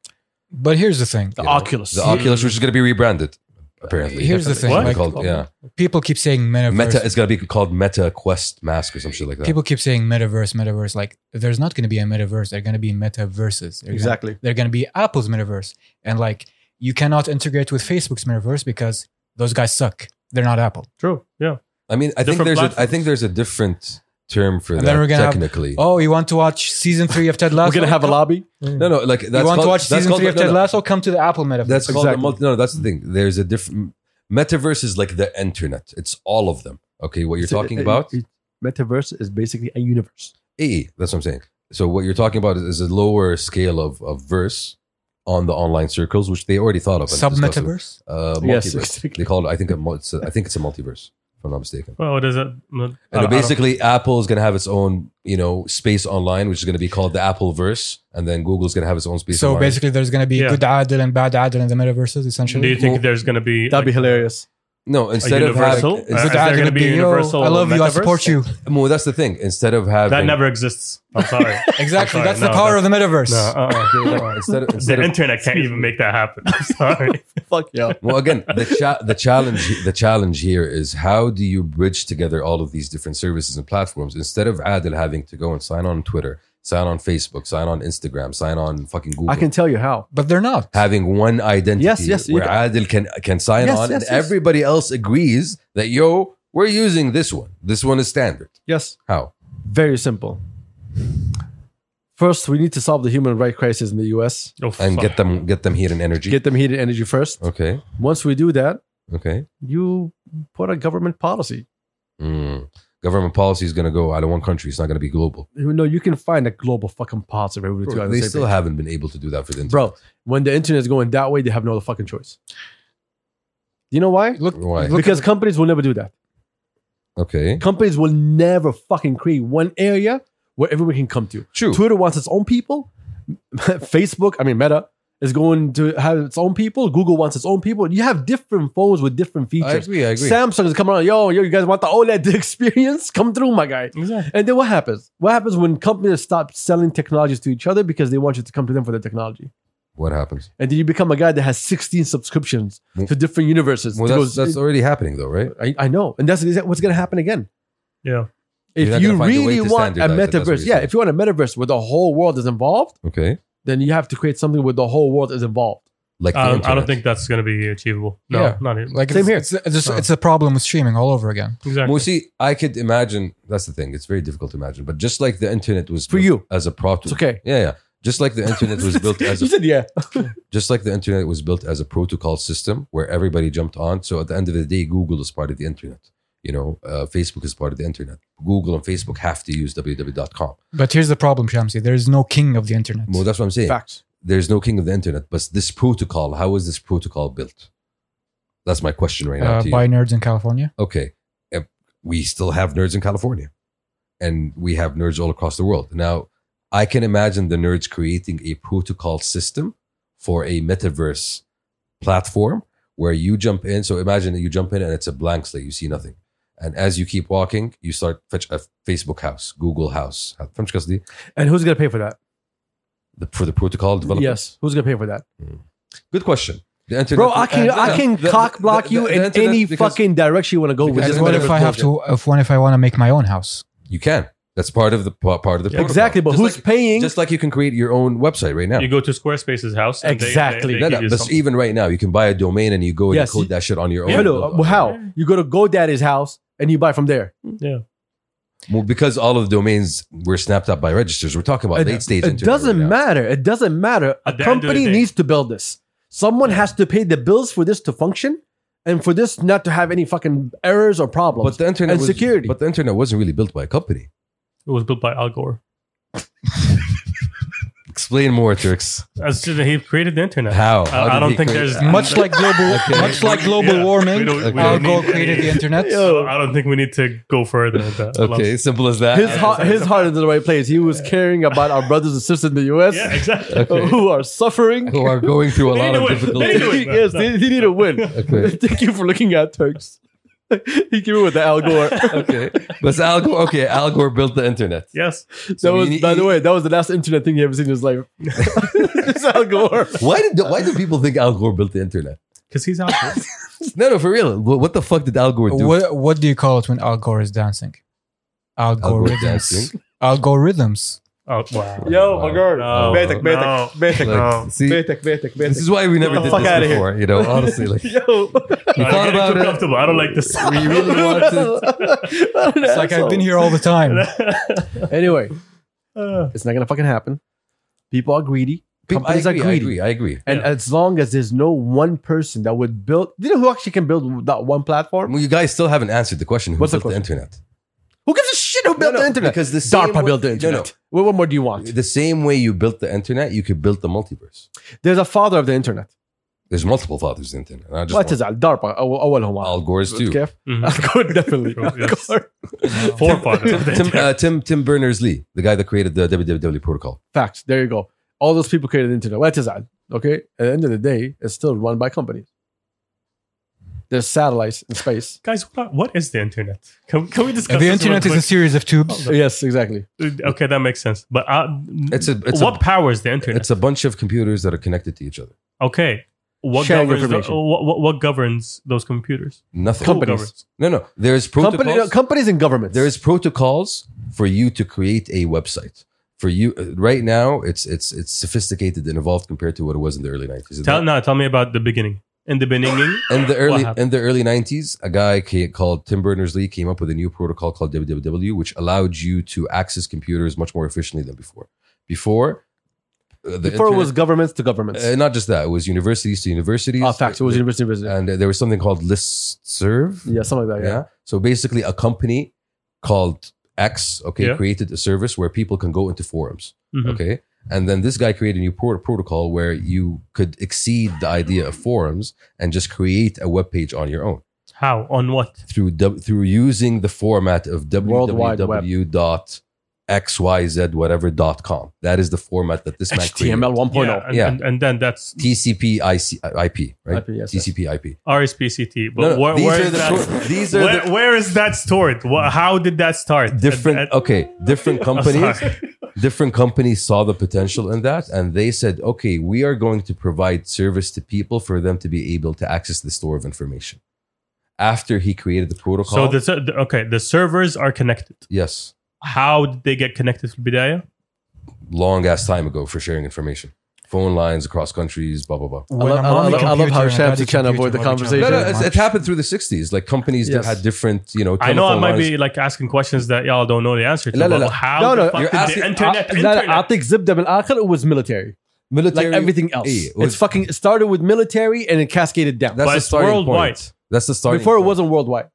Speaker 2: but here's the thing:
Speaker 4: The
Speaker 1: you know,
Speaker 4: Oculus.
Speaker 1: the Oculus, which is going to be rebranded, apparently.
Speaker 2: Uh, Here's the thing,
Speaker 1: It's gonna be
Speaker 2: like- um,
Speaker 1: called- yeah,
Speaker 2: people keep saying metaverse.
Speaker 1: Meta is going to be called Meta Quest Mask or some shit like that.
Speaker 2: people keep saying metaverse, metaverse. Like, there's not gonna be a metaverse. There are gonna be metaverses. They're gonna-
Speaker 4: exactly.
Speaker 2: they're going to be Apple's metaverse. And like, you cannot integrate with Facebook's metaverse because those guys suck. They're not Apple.
Speaker 3: True. Yeah.
Speaker 1: I mean, I think
Speaker 3: Different
Speaker 1: there's, a, I
Speaker 3: platforms.
Speaker 1: think there's a different term for
Speaker 2: And
Speaker 1: that
Speaker 2: then we're gonna have-
Speaker 1: technically.
Speaker 2: Oh, you want to watch season three of Ted Lasso?
Speaker 4: We're gonna have a lobby.
Speaker 1: no, no, like that's
Speaker 2: you want
Speaker 1: called,
Speaker 2: to watch
Speaker 1: that's
Speaker 2: season
Speaker 1: called-
Speaker 2: three of
Speaker 1: no,
Speaker 2: Ted
Speaker 1: no.
Speaker 2: Lasso? Come to the Apple metaverse.
Speaker 1: That's called
Speaker 4: Exactly.
Speaker 1: a multi. No, that's the thing. There's a different metaverse is like the internet. It's all of them. Okay, what you're
Speaker 4: So,
Speaker 1: talking
Speaker 4: uh,
Speaker 1: about?
Speaker 4: it- metaverse is basically a universe.
Speaker 1: Eh, that's what I'm saying. So what you're talking about is, is a lower scale of, of verse on the online circles, which they already thought of. and
Speaker 2: sub
Speaker 1: discussed it.
Speaker 2: metaverse.
Speaker 1: Uh, multiverse.
Speaker 4: Yes,
Speaker 1: They
Speaker 4: exactly.
Speaker 1: called. it- I think a, mul- it's a, I think it's a multiverse. if I'm not mistaken.
Speaker 3: Well, what is it? And
Speaker 1: And basically, Apple is going to have its own, you know, space online, which is going to be called the Apple Verse, and then Google's going to have its own space.
Speaker 2: So
Speaker 1: online.
Speaker 2: basically, there's going to be
Speaker 3: Yeah.
Speaker 2: good Adil and bad Adil in the metaverses,
Speaker 3: do
Speaker 2: essentially.
Speaker 3: you think
Speaker 1: well,
Speaker 3: there's going to be
Speaker 4: That'd be
Speaker 3: like,
Speaker 4: hilarious.
Speaker 1: no, instead
Speaker 3: a
Speaker 1: of having,
Speaker 3: universal?
Speaker 1: instead-
Speaker 3: Is there gonna be
Speaker 2: "Yo,
Speaker 3: universal
Speaker 2: E I love you. I
Speaker 3: metaverse?
Speaker 2: support you.
Speaker 1: well, that's the thing. Instead of having
Speaker 3: that never exists? I'm sorry.
Speaker 2: Exactly.
Speaker 3: sorry,
Speaker 2: that's the
Speaker 3: no,
Speaker 2: power
Speaker 3: that's-
Speaker 2: of the metaverse.
Speaker 3: no, uh-uh.
Speaker 1: No, instead of, instead
Speaker 3: the
Speaker 1: of
Speaker 3: internet can't even make that happen. I'm sorry.
Speaker 4: Fuck yeah.
Speaker 1: well again the cha- the challenge the challenge here is how do you bridge together all of these different services and platforms instead of Adil having to go and sign on Twitter sign on Facebook sign on Instagram sign on fucking Google
Speaker 4: I can tell you how.
Speaker 2: But they're not.
Speaker 1: having one identity
Speaker 4: Yes, yes, you
Speaker 1: where
Speaker 4: can-
Speaker 1: Adil can can sign
Speaker 4: Yes,
Speaker 1: on and
Speaker 4: yes, yes.
Speaker 1: everybody else agrees that yo we're using this one this one is standard
Speaker 4: Yes.
Speaker 1: how
Speaker 4: Very simple. First, we need to solve the human right crisis in the U.S.
Speaker 3: Oh,
Speaker 1: and
Speaker 3: fuck.
Speaker 1: get them get them heat and energy
Speaker 4: Get them heated energy first.
Speaker 1: okay
Speaker 4: Once we do that,
Speaker 1: okay
Speaker 4: you put a government policy.
Speaker 1: Mm. government policy is going to go out of one country it's not going to be global
Speaker 4: You know, you can find a global fucking policy. Bro,
Speaker 1: they still haven't been able to do that for the internet
Speaker 4: bro. When the internet is going that way, they have no other fucking choice. You know why?
Speaker 2: Look,
Speaker 1: Why?
Speaker 2: look
Speaker 4: because companies will never do that.
Speaker 1: okay
Speaker 4: Companies will never fucking create one area where everyone can come to.
Speaker 1: true
Speaker 4: Twitter wants its own people. Facebook, I mean Meta, is going to have its own people. Google wants its own people. You have different phones with different
Speaker 1: I
Speaker 4: features.
Speaker 1: agree I agree
Speaker 4: Samsung is coming on. Yo, yo, you guys want the OLED experience? Come through, my guy.
Speaker 3: Exactly.
Speaker 4: And then what happens? What happens when companies stop selling technologies to each other because they want you to come to them for the technology?
Speaker 1: What happens?
Speaker 4: And then you become a guy that has 16 subscriptions
Speaker 1: Mm.
Speaker 4: to different universes.
Speaker 1: Well,
Speaker 4: It
Speaker 1: that's,
Speaker 4: goes-
Speaker 1: that's already happening, though, right?
Speaker 4: I, I know. And that's is that what's going to happen again.
Speaker 3: Yeah.
Speaker 1: You're not gonna
Speaker 4: If you
Speaker 1: find a way
Speaker 4: really
Speaker 1: to
Speaker 4: want
Speaker 1: standardize
Speaker 4: a
Speaker 1: it, that's what
Speaker 4: metaverse,
Speaker 1: you're
Speaker 4: yeah,
Speaker 1: saying.
Speaker 4: if you want a metaverse where the whole world is involved,
Speaker 1: Okay,
Speaker 4: then you have to create something where the whole world is involved.
Speaker 1: like the
Speaker 3: Um, I don't
Speaker 1: internet.
Speaker 3: think that's going to be achievable. No,
Speaker 2: Yeah.
Speaker 3: not even.
Speaker 2: like
Speaker 4: Same
Speaker 2: it's,
Speaker 4: here.
Speaker 2: It's, it's, just- it's a problem with streaming all over again.
Speaker 3: Exactly.
Speaker 1: Well, see, I could imagine. That's the thing; it's very difficult to imagine. But just like the internet was
Speaker 4: For
Speaker 1: built
Speaker 4: you.
Speaker 1: as a proto,
Speaker 4: It's okay.
Speaker 1: yeah, yeah. Just like the internet was built as
Speaker 4: you
Speaker 1: a,
Speaker 4: said, yeah.
Speaker 1: just like the internet was built as a protocol system where everybody jumped on. So at the end of the day, Google is part of the internet. You know, uh, Facebook is part of the internet. Google and Facebook have to use www.com.
Speaker 2: But here's the problem, Shamsi. There is no king of the internet.
Speaker 1: Well, that's what I'm saying.
Speaker 4: Facts.
Speaker 1: There's no king of the internet, but this protocol. How is this protocol built? That's my question right now.
Speaker 2: uh,
Speaker 1: to you.
Speaker 2: by nerds in California.
Speaker 1: okay, if we still have nerds in California and we have nerds all across the world. Now, I can imagine the nerds creating a protocol system for a metaverse platform where you jump in. So imagine that you jump in and it's a blank slate, you see nothing. And as you keep walking, you start fetch a Facebook house, Google house. فهمت شو قصدي؟
Speaker 4: And who's going to pay for that?
Speaker 1: The- For the protocol development.
Speaker 4: Yes. Who's going to pay for that?
Speaker 1: Good question. The internet,
Speaker 4: Bro, I can,
Speaker 1: uh,
Speaker 4: I can
Speaker 1: the-
Speaker 4: cock
Speaker 1: the-
Speaker 4: block
Speaker 1: the-
Speaker 4: you
Speaker 1: the
Speaker 4: in
Speaker 1: internet
Speaker 4: any
Speaker 1: because
Speaker 4: fucking direction you want to go with
Speaker 1: because
Speaker 4: this
Speaker 2: And what if
Speaker 4: metaverse
Speaker 2: I have
Speaker 4: bullshit.
Speaker 2: to? If one if I want to make my own house?
Speaker 1: You can. That's part of the part of the protocol.
Speaker 4: Exactly, but
Speaker 1: Just
Speaker 4: who's
Speaker 1: like-
Speaker 4: paying?
Speaker 1: Just like you can create your own website right now.
Speaker 3: you go to Squarespace's house. And they- they-
Speaker 4: Exactly.
Speaker 3: They,
Speaker 1: No,
Speaker 3: give
Speaker 1: no,
Speaker 3: you
Speaker 1: but
Speaker 3: something.
Speaker 1: even right now, you can buy a domain and you go and
Speaker 4: Yes,
Speaker 1: code
Speaker 4: you-
Speaker 1: that shit on your own.
Speaker 4: Hello, uh, how? You go to GoDaddy's house and you buy from there.
Speaker 1: Well, because all of the domains were snapped up by registers. We're talking about
Speaker 4: It-
Speaker 1: late stage.
Speaker 4: It
Speaker 1: internet
Speaker 4: doesn't
Speaker 1: right now.
Speaker 4: matter. It doesn't matter. A
Speaker 3: At the end of the
Speaker 4: company
Speaker 3: day.
Speaker 4: needs to build this. Someone has to pay the bills for this to function and for this not to have any fucking errors or problems.
Speaker 1: But the internet
Speaker 4: And
Speaker 1: was,
Speaker 4: security.
Speaker 1: But the internet wasn't really built by a company.
Speaker 3: It was built by Al Gore.
Speaker 1: Explain more, Turks.
Speaker 3: That's just, he created the internet.
Speaker 1: How? How
Speaker 3: I, I
Speaker 1: did
Speaker 3: don't
Speaker 1: he
Speaker 3: think
Speaker 1: create-
Speaker 3: there's
Speaker 2: Much like global,
Speaker 1: Okay.
Speaker 2: much like global
Speaker 3: Yeah, we
Speaker 2: warming,
Speaker 3: don't-
Speaker 1: we
Speaker 2: Al
Speaker 1: don't
Speaker 2: Gore
Speaker 3: need
Speaker 2: created
Speaker 3: any-
Speaker 2: the internet.
Speaker 3: I don't- I don't think we need to go further than that.
Speaker 1: Okay, simple as that.
Speaker 4: his
Speaker 3: Yeah,
Speaker 4: heart,
Speaker 3: it's-
Speaker 4: his heart is in the right place. He was caring about our brothers and sisters in the U.S.
Speaker 3: Yeah, exactly.
Speaker 1: Okay.
Speaker 4: who are suffering.
Speaker 1: Who are going through a
Speaker 3: They
Speaker 1: lot
Speaker 3: need
Speaker 1: of
Speaker 3: to win. They need
Speaker 1: difficulties.
Speaker 3: to win.
Speaker 4: yes, they, they need a win.
Speaker 1: Okay.
Speaker 4: Thank you for looking at Turks. he came in with the Al Gore.
Speaker 1: Okay. But Al Gore, okay, Al Gore built the internet.
Speaker 3: Yes.
Speaker 4: That
Speaker 1: So
Speaker 4: was,
Speaker 1: you-
Speaker 4: by the way, that was the last internet thing he ever seen in his life. Just Al Gore.
Speaker 1: Why did why do people think Al Gore built the internet?
Speaker 3: Because he's out there.
Speaker 1: No, no, for real. What what the fuck did Al Gore do?
Speaker 2: What what do you call it when Al Gore is dancing?
Speaker 1: Al Gore
Speaker 2: Algorithms.
Speaker 1: dancing?
Speaker 2: Algorithms.
Speaker 3: Oh, wow.
Speaker 4: Yo,
Speaker 1: Wow.
Speaker 4: my girl.
Speaker 3: No,
Speaker 4: Betek,
Speaker 3: no.
Speaker 4: Betek, Betek.
Speaker 1: Like,
Speaker 3: No.
Speaker 1: see,
Speaker 4: Betek, Betek,
Speaker 1: this
Speaker 4: Betek.
Speaker 1: is why we never
Speaker 4: Get the
Speaker 1: did
Speaker 4: fuck outta
Speaker 1: this
Speaker 4: here.
Speaker 1: before. You know, honestly, like
Speaker 4: Yo.
Speaker 3: I'm
Speaker 1: thought
Speaker 3: getting
Speaker 1: about
Speaker 3: too
Speaker 1: it.
Speaker 3: comfortable. I don't like this.
Speaker 1: we really wanted.
Speaker 2: It's like I've been here all the time.
Speaker 4: Anyway,
Speaker 3: Uh,
Speaker 4: it's not going to fucking happen. People are greedy.
Speaker 1: People, I
Speaker 4: Companies
Speaker 1: agree. I
Speaker 4: are greedy.
Speaker 1: agree. I agree.
Speaker 4: And
Speaker 3: Yeah.
Speaker 4: as long as there's no one person that would build, you know who actually can build that one platform?
Speaker 1: Well, you guys still haven't answered the question. Who
Speaker 4: What's the
Speaker 1: built the,
Speaker 4: question?
Speaker 1: internet?
Speaker 4: Who gives a shit who built
Speaker 1: No, no,
Speaker 4: the internet?
Speaker 1: Because the same
Speaker 4: DARPA
Speaker 1: way-
Speaker 4: built the
Speaker 1: no, no.
Speaker 4: internet. What, what more do you want?
Speaker 1: The same way you built the internet, you could build the multiverse.
Speaker 4: There's a father of the internet.
Speaker 1: there's multiple fathers in Tintin. And I just
Speaker 4: لا
Speaker 1: want-
Speaker 4: تزعل دارب أو- اولهم
Speaker 1: Al Gore's too.
Speaker 4: كيف؟
Speaker 1: Mm-hmm.
Speaker 3: Mhm.
Speaker 4: الجور ديفنتلي
Speaker 3: True, yes. Four
Speaker 1: Tim,
Speaker 3: fathers.
Speaker 1: Tim, uh, Tim Tim Berners Lee, the guy that created the WWW protocol.
Speaker 4: Facts. There you go. All those people created the internet. Why تزعل? Okay. At the end of the day, it's still run by companies. There's satellites in space.
Speaker 3: Guys, what, what is the internet? Can, can we discuss
Speaker 2: the
Speaker 3: this real
Speaker 2: internet is a
Speaker 3: quick?
Speaker 2: series of tubes.
Speaker 4: yes, exactly.
Speaker 3: Okay, that makes sense. But uh,
Speaker 1: It's a- it's a-
Speaker 3: what powers the internet?
Speaker 1: It's a bunch of computers that are connected to each other.
Speaker 3: okay, what
Speaker 4: Sharing
Speaker 3: governs, the,
Speaker 4: information.
Speaker 3: what, what- what governs those computers?
Speaker 1: Nothing.
Speaker 3: Who
Speaker 4: Companies.
Speaker 3: governs?
Speaker 1: No, no. There's protocols.
Speaker 4: Company, no, companies and governments.
Speaker 1: there is protocols for you to create a website. For you, uh, right now, it's it's it's sophisticated and evolved compared to what it was in the early nineties.
Speaker 3: Tell no, tell me about the beginning. In the beginning,
Speaker 1: in the
Speaker 3: What
Speaker 1: early
Speaker 3: happened?
Speaker 1: in the early 90s a guy ca- called tim berners-lee came up with a new protocol called www which allowed you to access computers much more efficiently than before before uh, the
Speaker 4: Before it was
Speaker 1: internet-
Speaker 4: governments to governments.
Speaker 1: uh, not just that it was universities to universities
Speaker 4: Ah, facts. It was university business.
Speaker 1: and there was something called listserv
Speaker 4: yeah, something like that. Yeah.
Speaker 1: Oh, yeah so basically a company called x okay
Speaker 3: Yeah.
Speaker 1: created a service where people can go into forums
Speaker 3: Mhm.
Speaker 1: okay and then this guy created a new pro- protocol where you could exceed the idea of forums and just create a web page on your own
Speaker 3: how on what?
Speaker 1: through w- through using the format of
Speaker 4: World Wide Web.
Speaker 1: www.xyz whatever dot com. That is the format that this man created.
Speaker 4: HTML 1.0.
Speaker 3: yeah, and,
Speaker 1: Oh, Yeah.
Speaker 3: And, and then that's
Speaker 1: TCP IC, IP, right?
Speaker 4: IP, yes, yes.
Speaker 1: TCP IP.
Speaker 3: RSPCT. But
Speaker 1: No, no,
Speaker 3: where,
Speaker 1: these
Speaker 3: where
Speaker 1: are
Speaker 3: is
Speaker 1: the
Speaker 3: that?
Speaker 1: short- these are
Speaker 3: where,
Speaker 1: the-
Speaker 3: where is that stored? Wha- how did that start?
Speaker 1: Different
Speaker 3: At- at-
Speaker 1: okay, different
Speaker 3: Uh, I'm
Speaker 1: companies
Speaker 3: sorry.
Speaker 1: different companies saw the potential in that and they said, "Okay, we are going to provide service to people for them to be able to access the store of information." After he created the protocol.
Speaker 3: So the, ser- the okay, the servers are connected.
Speaker 1: yes,
Speaker 3: How did they get connected to Bidaya?
Speaker 1: long ass time ago for sharing information. Phone lines across countries, blah blah blah.
Speaker 2: When
Speaker 4: love-
Speaker 2: a
Speaker 4: I love-
Speaker 2: mommy
Speaker 4: I love how
Speaker 2: computer and
Speaker 4: Shabs
Speaker 2: daddy
Speaker 4: is trying to
Speaker 2: computer
Speaker 4: avoid the
Speaker 2: love each other
Speaker 1: No,
Speaker 4: conversation.
Speaker 1: no,
Speaker 2: very
Speaker 1: it's,
Speaker 2: much.
Speaker 1: it happened through the 60s. Like companies did
Speaker 4: Yes.
Speaker 1: had different, you know,
Speaker 3: I know I
Speaker 1: telephone
Speaker 3: might
Speaker 1: lines.
Speaker 3: be like asking questions that y'all don't know the answer to.
Speaker 1: لا- لا-
Speaker 3: but
Speaker 1: لا.
Speaker 3: How
Speaker 4: No,
Speaker 3: the
Speaker 4: no,
Speaker 3: fuck
Speaker 1: you're
Speaker 3: did
Speaker 1: asking- uh,
Speaker 3: the
Speaker 4: Internet,
Speaker 3: internet?
Speaker 4: لا لا
Speaker 3: internet-
Speaker 4: اعطيك زبده من الاخر it was military like
Speaker 1: military.
Speaker 4: everything else
Speaker 1: إيه, it
Speaker 4: it's
Speaker 1: was-
Speaker 4: fucking it started with military and it cascaded down
Speaker 1: That's
Speaker 3: But
Speaker 1: the
Speaker 3: it's
Speaker 1: starting
Speaker 3: worldwide.
Speaker 1: point. That's the starting
Speaker 4: before it
Speaker 1: point.
Speaker 4: wasn't worldwide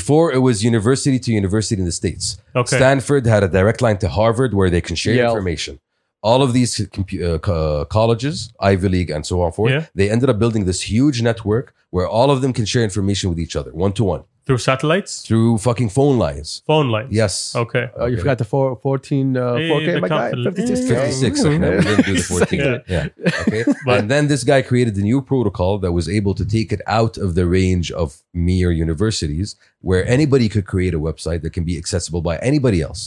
Speaker 1: before it was university to university in the states.
Speaker 3: Okay.
Speaker 1: Stanford had a direct line to Harvard where they can share
Speaker 4: Yeah.
Speaker 1: information. All of these compu- uh, co- colleges, Ivy League, and so on forth,
Speaker 3: Yeah.
Speaker 1: they ended up building this huge network where all of them can share information with each other, one to one,
Speaker 3: Through satellites?
Speaker 1: through fucking phone lines.
Speaker 3: Phone lines.
Speaker 1: Yes.
Speaker 3: Okay.
Speaker 4: Oh, you
Speaker 1: Okay.
Speaker 4: forgot the four, 14 uh,
Speaker 3: Hey,
Speaker 4: 4K,
Speaker 3: the
Speaker 4: my guy.
Speaker 3: capital-
Speaker 4: 56.
Speaker 3: Yeah.
Speaker 1: 56. okay, no, we didn't do the 14.
Speaker 3: Yeah.
Speaker 1: Yeah. Okay.
Speaker 3: But-
Speaker 1: and then this guy created the new protocol that was able to take it out of the range of mere universities where anybody could create a website that can be accessible by anybody else.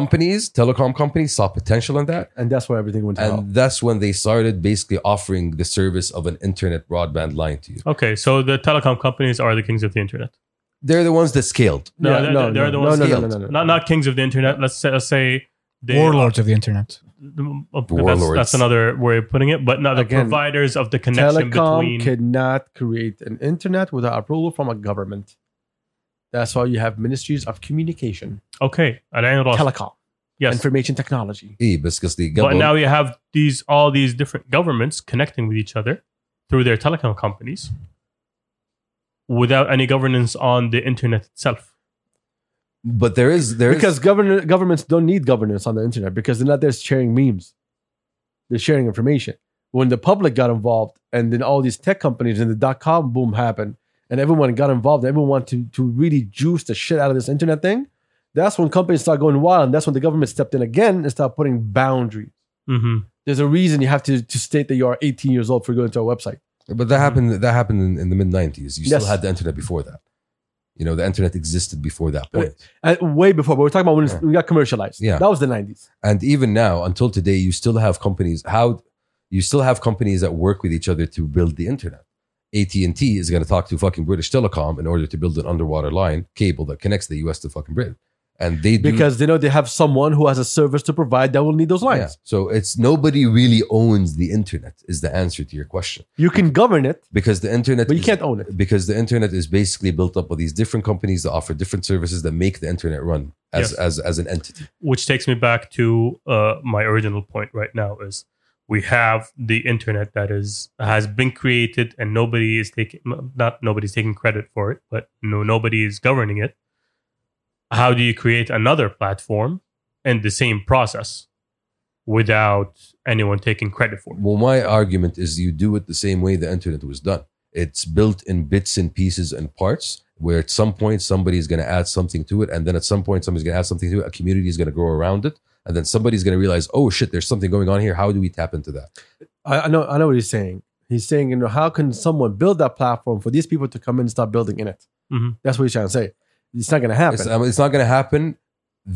Speaker 1: Companies, telecom companies saw potential in that.
Speaker 4: And that's where everything went to hell.
Speaker 1: And that's when they started basically offering the service of an internet broadband line to you.
Speaker 3: Okay. So the telecom companies are the kings of the internet.
Speaker 1: They're the ones that scaled.
Speaker 3: No,
Speaker 4: Yeah,
Speaker 3: they're,
Speaker 4: no,
Speaker 3: they're the
Speaker 4: no,
Speaker 3: ones
Speaker 4: no, no,
Speaker 3: scaled.
Speaker 4: no, no, no.
Speaker 3: Not not kings of the internet. Let's say, let's say they uh,
Speaker 2: Warlords of the internet.
Speaker 3: That's,
Speaker 1: Warlords.
Speaker 3: that's another way of putting it. But not the
Speaker 4: Again,
Speaker 3: providers of the connection
Speaker 4: Telecom
Speaker 3: between.
Speaker 4: cannot create an internet without approval from a government. That's why you have ministries of communication,
Speaker 3: Okay. Alain Ross.
Speaker 4: telecom,
Speaker 3: Yes.
Speaker 4: information technology.
Speaker 1: إيه، بس قصدي
Speaker 3: But
Speaker 1: قبل-
Speaker 3: now you have these all these different governments connecting with each other through their telecom companies without any governance on the internet itself.
Speaker 1: but there is there is-
Speaker 4: Because govern- governments don't need governance on the internet because they're not there sharing memes, they're sharing information. When the public got involved, and then all these tech companies and the dot com boom happened, and everyone got involved, everyone wanted to, to really juice the shit out of this internet thing. That's when companies start going wild, and that's when the government stepped in again and started putting boundaries.
Speaker 3: Mm-hmm.
Speaker 4: there's a reason you have to, to state that you are 18 years old for going to a website.
Speaker 1: But that happened. That happened in, in the mid '90s. You
Speaker 4: Yes.
Speaker 1: still had the internet before that. You know, the internet existed before that point.
Speaker 4: And way before, but we're talking about when it's- we got commercialized.
Speaker 1: Yeah.
Speaker 4: That was the 90s.
Speaker 1: And even now, until today, you still have companies. How you still have companies that work with each other to build the internet. AT and T is going to talk to fucking British Telecom in order to build an underwater line cable that connects the U.S. to fucking Britain, and they do,
Speaker 4: Because they know they have someone who has a service to provide that will need those
Speaker 1: Yeah.
Speaker 4: lines.
Speaker 1: So it's nobody really owns the internet. Is the answer to your question?
Speaker 4: You can govern it,
Speaker 1: Because the internet,
Speaker 4: but you
Speaker 1: is-
Speaker 4: can't own it.
Speaker 1: because the internet is basically built up of these different companies that offer different services that make the internet run as
Speaker 3: Yes.
Speaker 1: as, as an entity.
Speaker 3: Which takes me back to uh, my original point right now is we have the internet that is has been created and nobody is taking not nobody's taking credit for it, but no nobody is governing it. How do you create another platform in the same process? without anyone taking credit for it.
Speaker 1: Well, my argument is you do it the same way the internet was done. It's built in bits and pieces and parts where at some point somebody's going to add something to it. And then at some point somebody's going to add something to it. A community is going to grow around it. And then somebody's going to realize, oh shit, there's something going on here. How do we tap into that?
Speaker 4: I, I know I know what he's saying. He's saying, you know, how can someone build that platform for these people to come in and start building in it?
Speaker 3: Mhm.
Speaker 4: That's what he's trying to say. Mm-hmm. It's not gonna happen.
Speaker 1: It's, I mean, it's not going to happen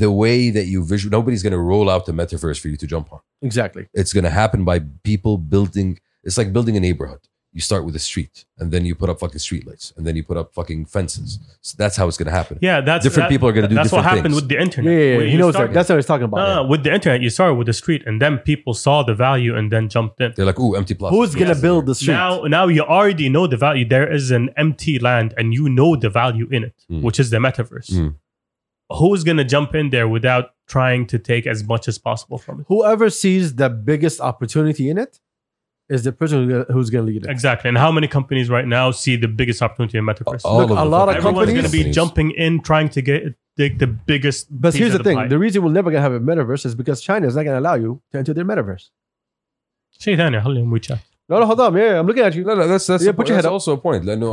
Speaker 1: the way that you visual. Nobody's going to roll out the metaverse for you to jump on.
Speaker 4: exactly.
Speaker 1: It's going to happen by people building. It's like building a neighborhood. You start with a street, and then you put up fucking streetlights, and then you put up fucking fences. So that's how it's going to happen.
Speaker 3: Yeah, that's
Speaker 1: Different
Speaker 3: that-
Speaker 1: people are gonna do
Speaker 3: That's what
Speaker 1: different
Speaker 3: happened
Speaker 1: things.
Speaker 3: with the
Speaker 4: Yeah,
Speaker 3: internet.
Speaker 4: yeah, yeah.
Speaker 3: Where
Speaker 4: he
Speaker 3: you
Speaker 4: knows
Speaker 3: started-
Speaker 4: that. That's what he's talking about.
Speaker 3: No,
Speaker 4: yeah.
Speaker 3: no, with the internet, you started with the street, and then people saw the value and then jumped in.
Speaker 1: They're like, "Ooh, empty plaza."
Speaker 4: Who's gonna
Speaker 1: Yes.
Speaker 4: build the street?
Speaker 3: Now, now you already know the value. There is an empty land, and you know the value in it,
Speaker 4: Hmm.
Speaker 1: Mm.
Speaker 3: which is the metaverse.
Speaker 1: Mm.
Speaker 3: Who's gonna jump in there without trying to take as much as possible from it?
Speaker 4: Whoever sees the biggest opportunity in it is the person who's gonna, who's gonna lead it.
Speaker 3: Exactly. And how many companies right now see the biggest opportunity in metaverse?
Speaker 1: All of
Speaker 4: Look, a
Speaker 1: the
Speaker 4: lot of
Speaker 1: fucking
Speaker 3: Everyone's gonna be
Speaker 1: companies.
Speaker 3: jumping in, trying to get take the biggest.
Speaker 4: But
Speaker 3: piece
Speaker 4: here's
Speaker 3: of
Speaker 4: the thing:
Speaker 3: pie.
Speaker 4: the reason we'll never gonna have a metaverse is because China is not gonna allow you to enter their metaverse.
Speaker 3: Say that now, hello, we chat.
Speaker 4: No, no, hold on. Yeah, I'm looking at you.
Speaker 1: No, no, that's that's,
Speaker 4: Yeah,
Speaker 1: a
Speaker 4: put
Speaker 1: point.
Speaker 4: your head
Speaker 1: that's
Speaker 4: up.
Speaker 1: also a point. Like, no,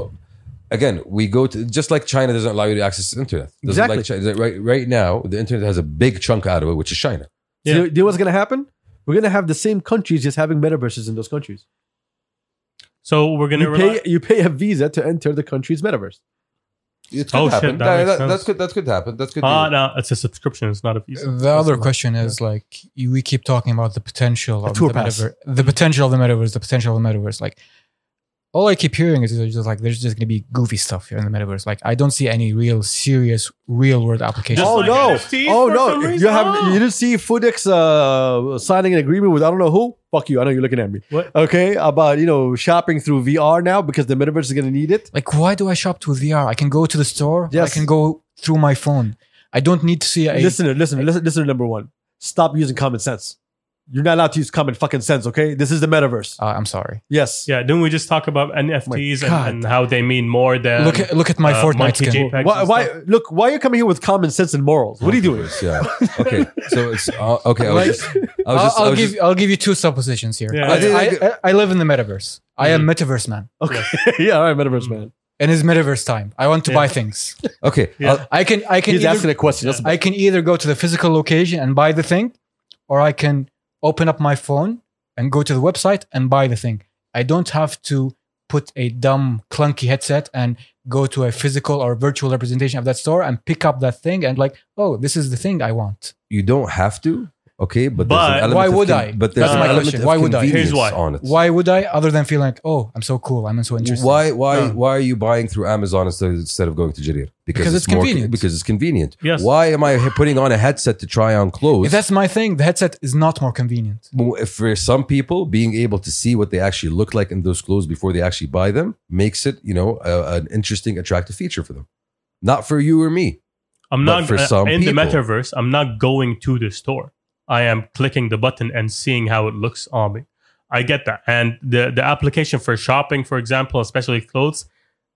Speaker 1: again, we go to just like China doesn't allow you to access the internet. Doesn't
Speaker 4: Exactly.
Speaker 1: Like China, right, right now, the internet has a big chunk out of it, which is China.
Speaker 4: Do you- do you know what's gonna happen? We're gonna have the same countries just having metaverses in those countries.
Speaker 3: So we're gonna
Speaker 4: You
Speaker 3: rely-
Speaker 4: pay, you pay a visa to enter the country's metaverse.
Speaker 1: It could
Speaker 3: Oh, shit,
Speaker 1: happen.
Speaker 3: that makes sense.
Speaker 1: that's good. That could happen. That could.
Speaker 3: Ah,
Speaker 1: be-
Speaker 3: no, it's a subscription. It's not a visa.
Speaker 4: Uh,
Speaker 2: The other question is like you- we keep talking about the potential
Speaker 4: A
Speaker 2: of the
Speaker 4: tour pass.
Speaker 2: metaverse, the potential of the metaverse, the potential of the metaverse. Like all I keep hearing is just like there's just gonna be goofy stuff here in the metaverse. Like I don't see any real serious real world application.
Speaker 3: Just
Speaker 4: oh
Speaker 3: like
Speaker 4: no!
Speaker 3: NFTs
Speaker 4: oh
Speaker 3: for some
Speaker 4: no! You
Speaker 3: reason? Ah.
Speaker 4: have you didn't see Fudix uh, signing an agreement with I don't know who. Fuck you! I know you're looking at me.
Speaker 3: What?
Speaker 4: Okay, about you know shopping through VR now because the metaverse is gonna need it.
Speaker 2: Like why do I shop with VR? I can go to the store. I
Speaker 4: Yes.
Speaker 2: can go through my phone. I don't need to see a.
Speaker 4: Listen, listener, listen, listen, listener number one. Stop using common sense. You're not allowed to use common fucking sense. Okay, this is the metaverse.
Speaker 2: Uh, I'm sorry.
Speaker 4: Yes.
Speaker 3: Yeah, didn't we just talk about
Speaker 4: Oh
Speaker 3: NFTs
Speaker 2: God.
Speaker 3: and, and how they mean more than
Speaker 2: look at look at my
Speaker 3: uh,
Speaker 2: Fortnite
Speaker 3: monkey
Speaker 2: skin.
Speaker 3: JPEGs and
Speaker 4: Why, why?
Speaker 3: stuff.
Speaker 4: Look, why are you coming here with common sense and morals? What are you doing?
Speaker 1: Yeah. Okay. So it's uh, okay. I was
Speaker 2: Like-
Speaker 1: just. I was
Speaker 2: I'll,
Speaker 1: just. I
Speaker 2: I'll
Speaker 1: was
Speaker 2: give
Speaker 1: just-
Speaker 2: I'll give you two suppositions here.
Speaker 3: Yeah.
Speaker 2: I,
Speaker 1: I think I could-
Speaker 2: I- I live in the metaverse. I
Speaker 1: Mm-hmm.
Speaker 2: am metaverse man,
Speaker 4: Okay. yeah. All right, metaverse man.
Speaker 2: and it's metaverse time. I want to
Speaker 3: Yeah.
Speaker 2: buy things.
Speaker 1: okay. uh,
Speaker 3: Yeah.
Speaker 1: I'll-
Speaker 2: I can I can
Speaker 4: He's asking
Speaker 2: either,
Speaker 4: a question. That's
Speaker 2: I can either go to the physical location and buy the thing, or I can open up my phone and go to the website and buy the thing. I don't have to put a dumb clunky headset and go to a physical or virtual representation of that store and pick up that thing and like, oh, this is the thing I want.
Speaker 1: you don't have to. Okay, but, there's an
Speaker 3: But-
Speaker 1: element
Speaker 2: Why
Speaker 1: of
Speaker 2: would
Speaker 1: con-
Speaker 2: I?
Speaker 1: But there's
Speaker 3: That's
Speaker 1: an
Speaker 3: my
Speaker 1: element
Speaker 2: question.
Speaker 1: of
Speaker 2: Why would I? Here's
Speaker 1: convenience
Speaker 3: why.
Speaker 1: on it.
Speaker 2: Why would I, other than feeling like, oh, I'm so cool, I'm so interesting.
Speaker 1: Why? Why?
Speaker 3: Uh.
Speaker 1: Why are you buying through Amazon instead instead of going to Jadir?
Speaker 2: Because it's
Speaker 1: more-
Speaker 2: convenient.
Speaker 1: because it's convenient.
Speaker 3: Yes.
Speaker 1: Why am I putting on a headset to try on clothes?
Speaker 2: If that's my thing, the headset is not more convenient.
Speaker 1: If for some people, being able to see what they actually look like in those clothes before they actually buy them makes it, you know, a, an interesting, attractive feature for them. Not for you or me.
Speaker 3: I'm
Speaker 1: But
Speaker 3: not
Speaker 1: for
Speaker 3: uh,
Speaker 1: some
Speaker 3: in the
Speaker 1: people-
Speaker 3: metaverse. I'm not going to the store. I am clicking the button and seeing how it looks on me. I get that, and the the application for shopping, for example, especially clothes.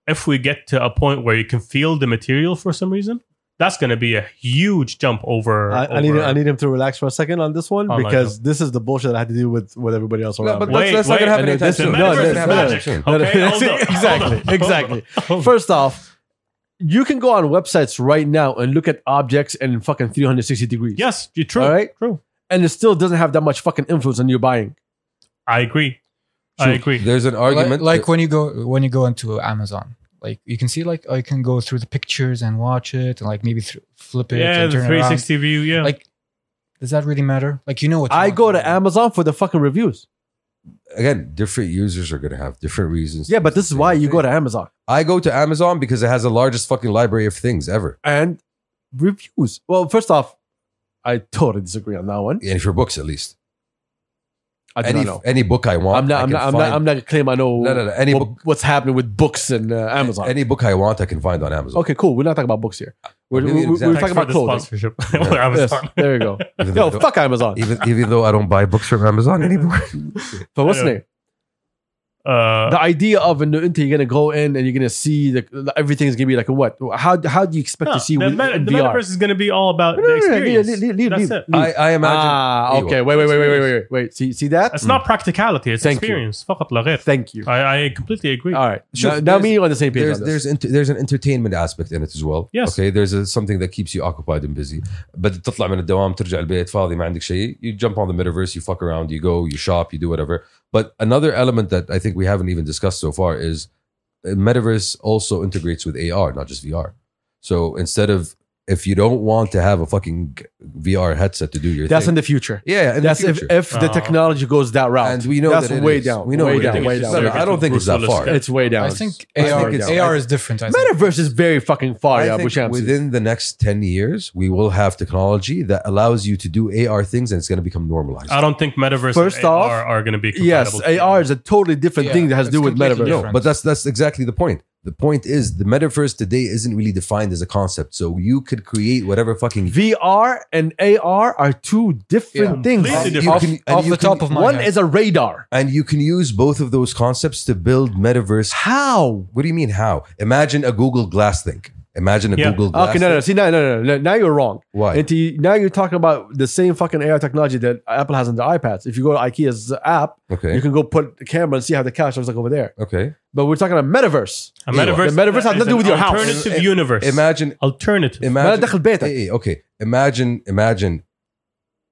Speaker 3: If we get to a point where you can feel the material for some reason, that's going to be a huge jump over.
Speaker 4: I, I need I need him to relax for a second on this one
Speaker 3: Online
Speaker 4: because this is the bullshit I had to deal with with everybody else around.
Speaker 1: but
Speaker 4: me.
Speaker 1: that's, that's
Speaker 3: Wait,
Speaker 1: not going to happen
Speaker 4: wait.
Speaker 1: anytime
Speaker 4: This is-
Speaker 1: soon.
Speaker 4: no,
Speaker 1: That's not
Speaker 4: this
Speaker 1: gonna happen anytime
Speaker 4: is-
Speaker 1: soon.
Speaker 4: No, no,
Speaker 3: Okay, hold
Speaker 4: that's-
Speaker 3: on, hold
Speaker 4: exactly,
Speaker 3: on, hold on.
Speaker 4: exactly. First off, you can go on websites right now and look at objects in fucking 360 degrees.
Speaker 3: Yes, you're true.
Speaker 4: All right.
Speaker 3: true.
Speaker 4: And it still doesn't have that much fucking influence on your buying.
Speaker 3: I agree. I
Speaker 1: True.
Speaker 3: agree.
Speaker 1: There's an argument.
Speaker 2: Like, like when you go when you go into Amazon, like you can see like I can go through the pictures and watch it and like maybe th- flip it.
Speaker 3: yeah,
Speaker 2: and
Speaker 3: the
Speaker 2: turn it
Speaker 3: 360 view. Yeah,
Speaker 2: Around. Like, does that really matter? Like you know what? you
Speaker 4: I
Speaker 2: want.
Speaker 4: go to Amazon for the fucking reviews.
Speaker 1: again, different users are going to have different reasons.
Speaker 4: Yeah, but this is why you go to Amazon
Speaker 1: I go to Amazon because it has the largest fucking library of things ever,
Speaker 4: and reviews. Well, first off, I totally disagree on that one.
Speaker 1: and for books at least.
Speaker 4: I do
Speaker 1: Any
Speaker 4: not know.
Speaker 1: any book I want,
Speaker 4: I'm
Speaker 1: I
Speaker 4: not. I'm
Speaker 1: can
Speaker 4: not. I'm
Speaker 1: find-
Speaker 4: not. I'm not gonna claim I know
Speaker 1: No, no, no, any
Speaker 4: what-
Speaker 1: book-
Speaker 4: what's happening with books and uh, Amazon.
Speaker 1: Any book I want, I can find on Amazon.
Speaker 4: okay, cool. We're not talking about books here. We're,
Speaker 1: Maybe
Speaker 4: we're, we're
Speaker 1: exactly.
Speaker 3: Thanks
Speaker 4: talking
Speaker 3: for
Speaker 4: about
Speaker 3: the
Speaker 4: clothing.
Speaker 3: sponsorship.
Speaker 1: Yeah.
Speaker 3: I was
Speaker 4: Yes,
Speaker 3: on.
Speaker 4: there you go.
Speaker 1: Even though
Speaker 4: Yo,
Speaker 1: I don't-
Speaker 4: fuck Amazon.
Speaker 1: even even though I don't buy books from Amazon anymore.
Speaker 4: But what's
Speaker 3: I
Speaker 4: the
Speaker 3: know.
Speaker 4: name?
Speaker 3: Uh,
Speaker 4: the idea of an inter, you're gonna go in and you're gonna see the everything's gonna be like a what? How how do you expect
Speaker 3: no,
Speaker 4: to see
Speaker 3: the,
Speaker 4: with,
Speaker 3: meta-
Speaker 4: in
Speaker 3: the
Speaker 4: VR?
Speaker 3: metaverse is going to be all about
Speaker 4: No, no,
Speaker 3: the
Speaker 4: no, no, leave-
Speaker 3: experience.
Speaker 4: leave- leave-
Speaker 3: That's
Speaker 4: leave.
Speaker 3: it.
Speaker 1: I, I imagine.
Speaker 4: ah,
Speaker 1: Ewa.
Speaker 4: okay. Wait, wait, wait, wait, wait, wait, wait, wait. See, see that?
Speaker 3: It's not practicality. It's
Speaker 4: Thank you.
Speaker 3: experience. فقط لا غير.
Speaker 4: Thank you.
Speaker 3: I, I completely agree.
Speaker 4: All right.
Speaker 1: Sure,
Speaker 4: now, now
Speaker 1: there's-
Speaker 4: me and you on the same page.
Speaker 1: there's
Speaker 4: on this.
Speaker 1: there's ent- there's an entertainment aspect in it as well.
Speaker 3: Yes.
Speaker 1: Okay. There's a, something that keeps you occupied and busy. بدك تطلع من الدوام ترجع البيت فاضي ما عندك شيء. You jump on the metaverse. You fuck around. You go. You shop. You do whatever. But another element that I think we haven't even discussed so far is uh, metaverse also integrates with AR, not just VR. So instead of if you don't want to have a fucking VR headset to do your
Speaker 4: that's in
Speaker 1: thing,
Speaker 4: the future.
Speaker 1: yeah, yeah, in
Speaker 4: that's
Speaker 1: the future.
Speaker 4: if if the
Speaker 3: Uh-huh.
Speaker 4: technology goes that route.
Speaker 1: and we know
Speaker 4: that's
Speaker 1: that it
Speaker 4: way
Speaker 1: is.
Speaker 4: down.
Speaker 1: We know
Speaker 4: Way
Speaker 1: it
Speaker 4: down,
Speaker 1: is.
Speaker 4: way down,
Speaker 1: No, no,
Speaker 4: way
Speaker 1: I don't think it's that far.
Speaker 3: down.
Speaker 4: it's way down.
Speaker 2: I think
Speaker 4: I think
Speaker 2: AR,
Speaker 4: it's down.
Speaker 2: AR is different. I think.
Speaker 4: metaverse is very fucking
Speaker 1: I
Speaker 4: far. Oh, Yeah,
Speaker 1: think
Speaker 4: Bushamsi.
Speaker 1: within the next 10 years, we will have technology that allows you to do AR things and it's going to become normalized.
Speaker 3: I don't think metaverse
Speaker 4: First
Speaker 3: and AR
Speaker 4: off,
Speaker 3: are going to be
Speaker 4: Yes,
Speaker 3: compatible.
Speaker 4: AR is a totally different
Speaker 2: Yeah,
Speaker 4: thing that has to do
Speaker 2: it's
Speaker 4: with
Speaker 2: completely
Speaker 4: metaverse.
Speaker 2: different.
Speaker 1: no, but that's that's exactly the point. The point is the metaverse today isn't really defined as a concept. So you could create whatever fucking
Speaker 4: VR and AR are two different
Speaker 3: Yeah.
Speaker 4: things.
Speaker 3: Completely
Speaker 1: different.
Speaker 2: off,
Speaker 1: You can- and
Speaker 2: off
Speaker 1: you
Speaker 2: the
Speaker 1: can-
Speaker 2: top of my
Speaker 4: One
Speaker 2: head.
Speaker 4: is a radar.
Speaker 1: and you can use both of those concepts to build metaverse.
Speaker 4: How?
Speaker 1: What do you mean how? Imagine a Google Glass thing. Imagine a
Speaker 3: Yeah.
Speaker 1: Google Glass.
Speaker 4: Okay, no, no,
Speaker 1: thing.
Speaker 4: see, no, no, no, no, now you're wrong.
Speaker 1: Why?
Speaker 4: And to- now you're talking about the same fucking AR technology that Apple has on their iPads. If you go to IKEA's app, you
Speaker 1: okay.
Speaker 4: can go put the camera and see how the couch looks like over there.
Speaker 1: Okay.
Speaker 4: But we're talking about metaverse.
Speaker 3: a metaverse.
Speaker 4: The metaverse has
Speaker 3: is
Speaker 4: nothing to do with
Speaker 3: an
Speaker 4: your house.
Speaker 3: Alternative
Speaker 1: Im-
Speaker 3: universe.
Speaker 1: Imagine
Speaker 3: alternative.
Speaker 4: ما
Speaker 1: imagine
Speaker 4: دخل بيتك.
Speaker 1: Hey, hey, okay. Imagine, imagine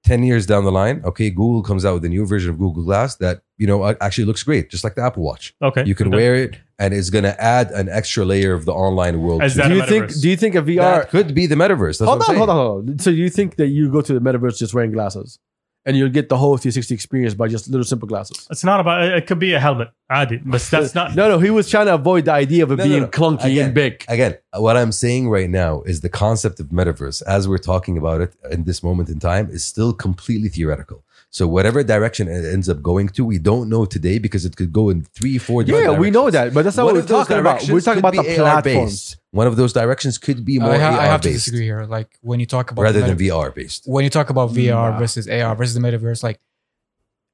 Speaker 1: 10 years down the line, okay, Google comes out with a new version of Google Glass that, you know, a- actually looks great, just like the Apple Watch.
Speaker 3: okay.
Speaker 1: You can
Speaker 3: Done.
Speaker 1: wear it and it's going to add an extra layer of the online world.
Speaker 3: Is
Speaker 1: to
Speaker 3: that
Speaker 1: it.
Speaker 3: a
Speaker 4: do you think?
Speaker 3: metaverse.
Speaker 4: Do you think a
Speaker 1: That
Speaker 4: VR?
Speaker 1: could be the metaverse. That's
Speaker 4: Hold
Speaker 1: what
Speaker 4: on,
Speaker 1: I'm
Speaker 4: hold on, hold on. So you think that you go to the metaverse just wearing glasses, and you'll get the whole 360 experience by just little simple glasses?
Speaker 3: It's not about. It could be a helmet. Adi, but that's not.
Speaker 4: Uh, No, no. He was trying to avoid the idea of it
Speaker 1: No, no,
Speaker 4: being
Speaker 1: no.
Speaker 4: clunky
Speaker 1: Again.
Speaker 4: and big.
Speaker 1: Again, what I'm saying right now is the concept of metaverse, as we're talking about it in this moment in time, is still completely theoretical. So whatever direction it ends up going to, we don't know today because it could go in three, four
Speaker 4: Yeah,
Speaker 1: different
Speaker 4: we know that, but that's not
Speaker 1: One
Speaker 4: what
Speaker 1: of
Speaker 4: we're
Speaker 1: those
Speaker 4: talking about. We're
Speaker 1: directions
Speaker 4: talking
Speaker 1: could
Speaker 4: about the
Speaker 1: be AR based.
Speaker 4: platforms.
Speaker 1: One of those directions could be more
Speaker 2: I, ha-
Speaker 1: AR
Speaker 2: I have to
Speaker 1: based
Speaker 2: disagree here. Like when you talk about
Speaker 1: rather than
Speaker 2: meta-
Speaker 1: VR based.
Speaker 2: when you talk about
Speaker 3: Mm,
Speaker 2: VR
Speaker 4: Nah.
Speaker 2: versus AR versus the metaverse, like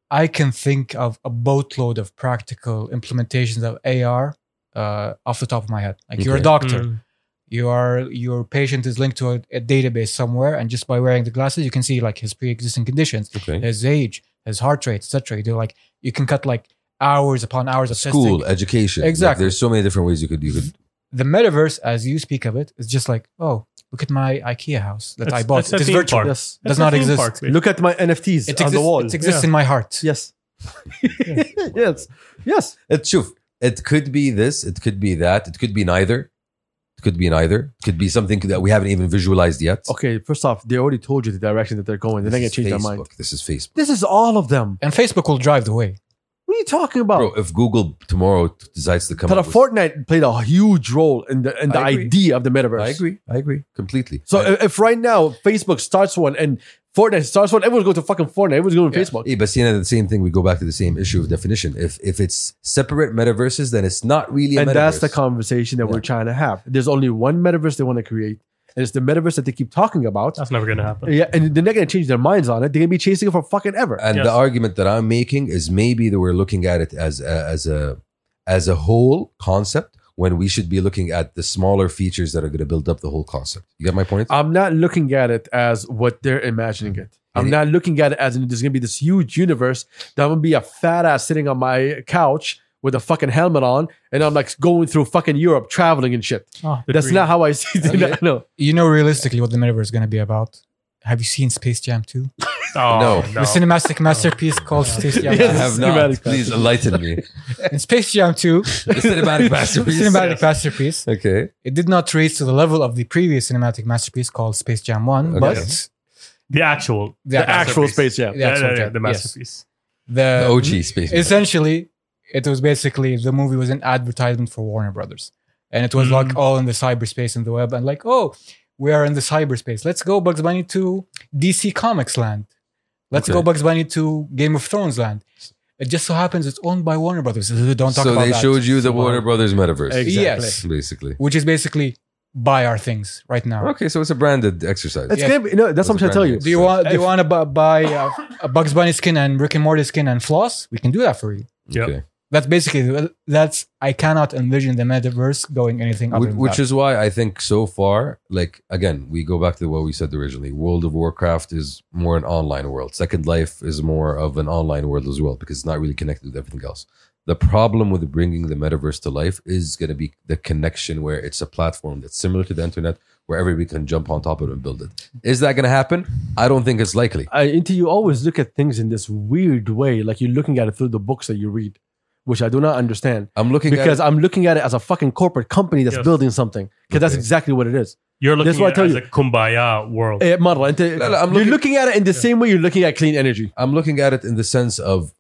Speaker 2: I can think of a boatload of practical implementations of AR uh, off the top of my head. Like you're a
Speaker 1: Okay.
Speaker 2: doctor,
Speaker 3: Mm.
Speaker 2: you are your patient is linked to a, a database somewhere, and just by wearing the glasses, you can see like his pre-existing conditions,
Speaker 1: Okay.
Speaker 2: his age, his heart rate, etc. You do like you can cut like hours upon hours of testing.
Speaker 1: School, education. Like,
Speaker 2: Exactly.
Speaker 1: there's so many different ways you could you could
Speaker 2: the metaverse, as you speak of it, is just like, oh, look at my IKEA house that
Speaker 3: It's-
Speaker 2: I bought.
Speaker 3: it's a
Speaker 2: It is
Speaker 3: theme
Speaker 2: virtual.
Speaker 3: park.
Speaker 4: Yes.
Speaker 2: Does
Speaker 3: That's
Speaker 2: not
Speaker 3: a theme
Speaker 2: exist.
Speaker 3: park, bitch.
Speaker 4: Look at my NFTs
Speaker 2: It
Speaker 4: on
Speaker 2: exists,
Speaker 4: the wall.
Speaker 2: it exists in my heart.
Speaker 4: Yes. yes. Yes.
Speaker 1: it, shoof, it could be this, it could be that, it could be neither. It could be neither. It could be something that we haven't even visualized yet.
Speaker 4: Okay. First off, they already told you the direction that they're going. They're not
Speaker 1: This
Speaker 4: gonna
Speaker 1: is
Speaker 4: change their mind.
Speaker 1: Facebook. This is Facebook.
Speaker 4: This is all of them.
Speaker 2: And Facebook will drive the way.
Speaker 4: What are you talking about?
Speaker 1: Bro, if Google tomorrow t- decides to come
Speaker 4: Oh. Tell
Speaker 1: up
Speaker 4: a Fortnite played a huge role in the in the
Speaker 1: I agree.
Speaker 4: idea of the metaverse.
Speaker 1: with, I agree. I agree completely.
Speaker 4: So
Speaker 1: I,
Speaker 4: if, if right now Facebook starts one and Fortnite starts one, everyone's going to fucking Fortnite. Everyone's going to
Speaker 2: Yeah.
Speaker 4: Facebook.
Speaker 1: Yeah, but seeing the same thing, we go back to the same issue of definition. If if it's separate metaverses, then it's not really a
Speaker 4: and
Speaker 1: metaverse.
Speaker 4: that's the conversation that
Speaker 1: Yeah.
Speaker 4: we're trying to have. There's only one metaverse they want to create, and it's the metaverse that they keep talking about.
Speaker 3: That's never going to happen.
Speaker 4: Yeah, and they're not going to change their minds on it. They're going to be chasing it for fucking ever.
Speaker 1: And
Speaker 3: Yes.
Speaker 1: the argument that I'm making is maybe that we're looking at it as a, as a as a whole concept when we should be looking at the smaller features that are going to build up the whole concept. You get my point?
Speaker 4: I'm not looking at it as what they're imagining it. I'm
Speaker 1: It-
Speaker 4: not looking at it as in there's gonna be this huge universe that I'm gonna be a fat ass sitting on my couch with a fucking helmet on, and I'm like going through fucking Europe traveling and shit.
Speaker 3: Oh, the
Speaker 4: That's
Speaker 3: dream.
Speaker 4: not how I see it.
Speaker 1: Okay.
Speaker 4: No,
Speaker 2: You know realistically what the metaverse is going to be about. Have you seen Space Jam 2?
Speaker 3: Oh,
Speaker 1: No.
Speaker 3: no.
Speaker 2: The cinematic masterpiece called Space Jam 2.
Speaker 1: I have not. Please enlighten me.
Speaker 2: In Space Jam
Speaker 1: The
Speaker 2: 2,
Speaker 1: Uh, cinematic masterpiece.
Speaker 2: cinematic masterpiece,
Speaker 1: Okay.
Speaker 2: it did not reach to the level of the previous cinematic masterpiece called Space Jam 1,
Speaker 1: Okay.
Speaker 2: but
Speaker 3: the actual.
Speaker 2: The
Speaker 4: actual space jam.
Speaker 2: the
Speaker 3: Yeah,
Speaker 2: actual
Speaker 3: yeah, yeah,
Speaker 2: jam,
Speaker 3: the
Speaker 2: yes.
Speaker 3: masterpiece.
Speaker 1: The
Speaker 2: the,
Speaker 1: OG space.
Speaker 2: essentially it was basically the movie was an advertisement for warner brothers and it was
Speaker 1: Mm.
Speaker 2: like all in the cyberspace and the web and like oh we are in the cyberspace let's go bugs bunny to dc comics land let's
Speaker 1: Okay.
Speaker 2: go bugs bunny to game of thrones land it just so happens it's owned by warner brothers don't talk
Speaker 1: so
Speaker 2: about
Speaker 1: they
Speaker 2: that.
Speaker 1: showed you the Warner Brothers metaverse.
Speaker 4: Exactly.
Speaker 2: Yes.
Speaker 1: Basically.
Speaker 2: which is basically buy our things right now
Speaker 1: Okay, so it's a branded exercise.
Speaker 4: it's
Speaker 2: Yeah.
Speaker 4: gonna be, no. That's what I'm trying to tell you.
Speaker 1: That's
Speaker 2: do you
Speaker 1: true.
Speaker 2: want do you
Speaker 4: If-
Speaker 2: uh, want to buy a, a bugs bunny skin and rick and morty skin and floss we can do that for you
Speaker 3: Yep.
Speaker 1: Okay.
Speaker 2: That's basically that's I cannot envision the metaverse going anything other
Speaker 1: Which,
Speaker 2: than
Speaker 1: which
Speaker 2: that.
Speaker 1: is why I think so far, like again, we go back to what we said originally. World of Warcraft is more an online world. Second Life is more of an online world as well because it's not really connected with everything else. The problem with bringing the metaverse to life is going to be the connection where it's a platform that's similar to the internet where everybody can jump on top of it and build it. Is that going to happen? I don't think it's likely.
Speaker 4: I, until you always look at things in this weird way, like you're looking at it through the books that you read, which I do not understand
Speaker 1: I'm looking
Speaker 4: because
Speaker 1: at
Speaker 4: I'm looking at it as a fucking corporate company that's
Speaker 3: Yes.
Speaker 4: building something because that's
Speaker 1: Okay.
Speaker 4: exactly what it is.
Speaker 3: You're looking
Speaker 4: That's what I
Speaker 3: at
Speaker 4: tell
Speaker 3: it as
Speaker 4: you.
Speaker 3: a kumbaya world.
Speaker 4: Eh, Marla, انت-
Speaker 1: لا، لا, I'm
Speaker 4: you're
Speaker 1: looking-
Speaker 4: looking at it in the same way you're looking at clean energy
Speaker 1: I'm looking at it in the sense of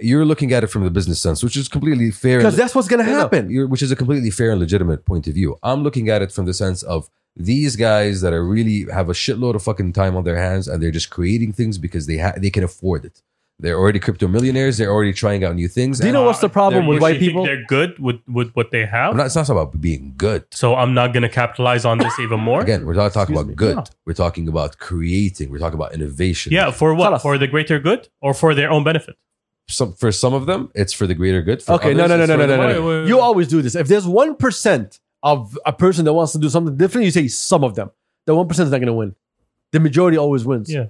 Speaker 1: you're looking at it from the business sense, which is completely fair.
Speaker 4: because
Speaker 1: and-
Speaker 4: that's what's gonna
Speaker 1: No, no,
Speaker 4: happen.
Speaker 1: you're- which is a completely fair and legitimate point of view. I'm looking at it from the sense of these guys that are really have a shitload of fucking time on their hands and they're just creating things because they ha- they can afford it. They're already crypto millionaires. They're already trying out new things.
Speaker 4: Do you
Speaker 1: And
Speaker 4: know what's the problem
Speaker 3: uh, They're-
Speaker 4: with
Speaker 3: you
Speaker 4: white
Speaker 3: think
Speaker 4: people?
Speaker 3: They're good with, with what they have.
Speaker 1: I'm not, it's not about being good.
Speaker 3: so I'm not going to capitalize on this even more.
Speaker 1: Again, we're not talking
Speaker 4: Excuse
Speaker 1: about
Speaker 4: me.
Speaker 1: good.
Speaker 4: No.
Speaker 1: We're talking about creating. We're talking about innovation.
Speaker 3: Yeah, for what?
Speaker 4: خلاص.
Speaker 3: For the greater good or for their own benefit?
Speaker 1: Some, for some of them, it's for the greater good. For
Speaker 4: Okay, no,
Speaker 1: others,
Speaker 4: no, no,
Speaker 1: it's
Speaker 4: no,
Speaker 1: for
Speaker 4: no,
Speaker 1: the
Speaker 4: no,
Speaker 1: money.
Speaker 4: no. You always do this. If there's one percent of a person that wants to do something different, you say some of them. That one percent is not gonna win. The majority always wins.
Speaker 3: Yeah.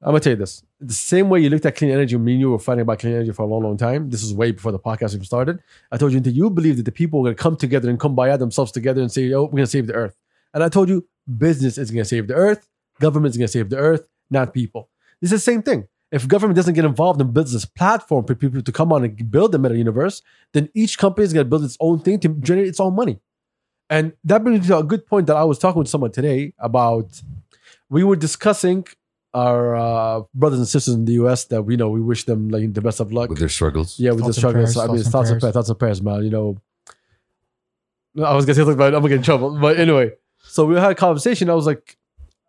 Speaker 4: I'm gonna tell you this. The same way you looked at clean energy, me and you were fighting about clean energy for a long, long time. This is way before the podcast even started. I told you until you believe that the people are gonna come together and come by themselves together and say, "Oh, we're gonna save the earth." And I told you, business is gonna save the earth, government is gonna save the earth, not people. It's the same thing. If government doesn't get involved and builds this platform for people to come on and build the meta universe, then each company is gonna build its own thing to generate its own money. And that brings me to a good point that I was talking with someone today about. We were discussing our uh, brothers and sisters in the U.S. that we know we wish them like the best of luck.
Speaker 1: with their struggles.
Speaker 4: yeah, we
Speaker 2: Thoughts
Speaker 4: just
Speaker 2: and
Speaker 4: struggle.
Speaker 2: prayers,
Speaker 4: I mean,
Speaker 2: thoughts and
Speaker 4: thoughts
Speaker 2: prayers.
Speaker 4: and prayers, thoughts and prayers, man. You know, No, I was gonna say something, but I'm gonna get in trouble. But anyway, so we had a conversation. I was like,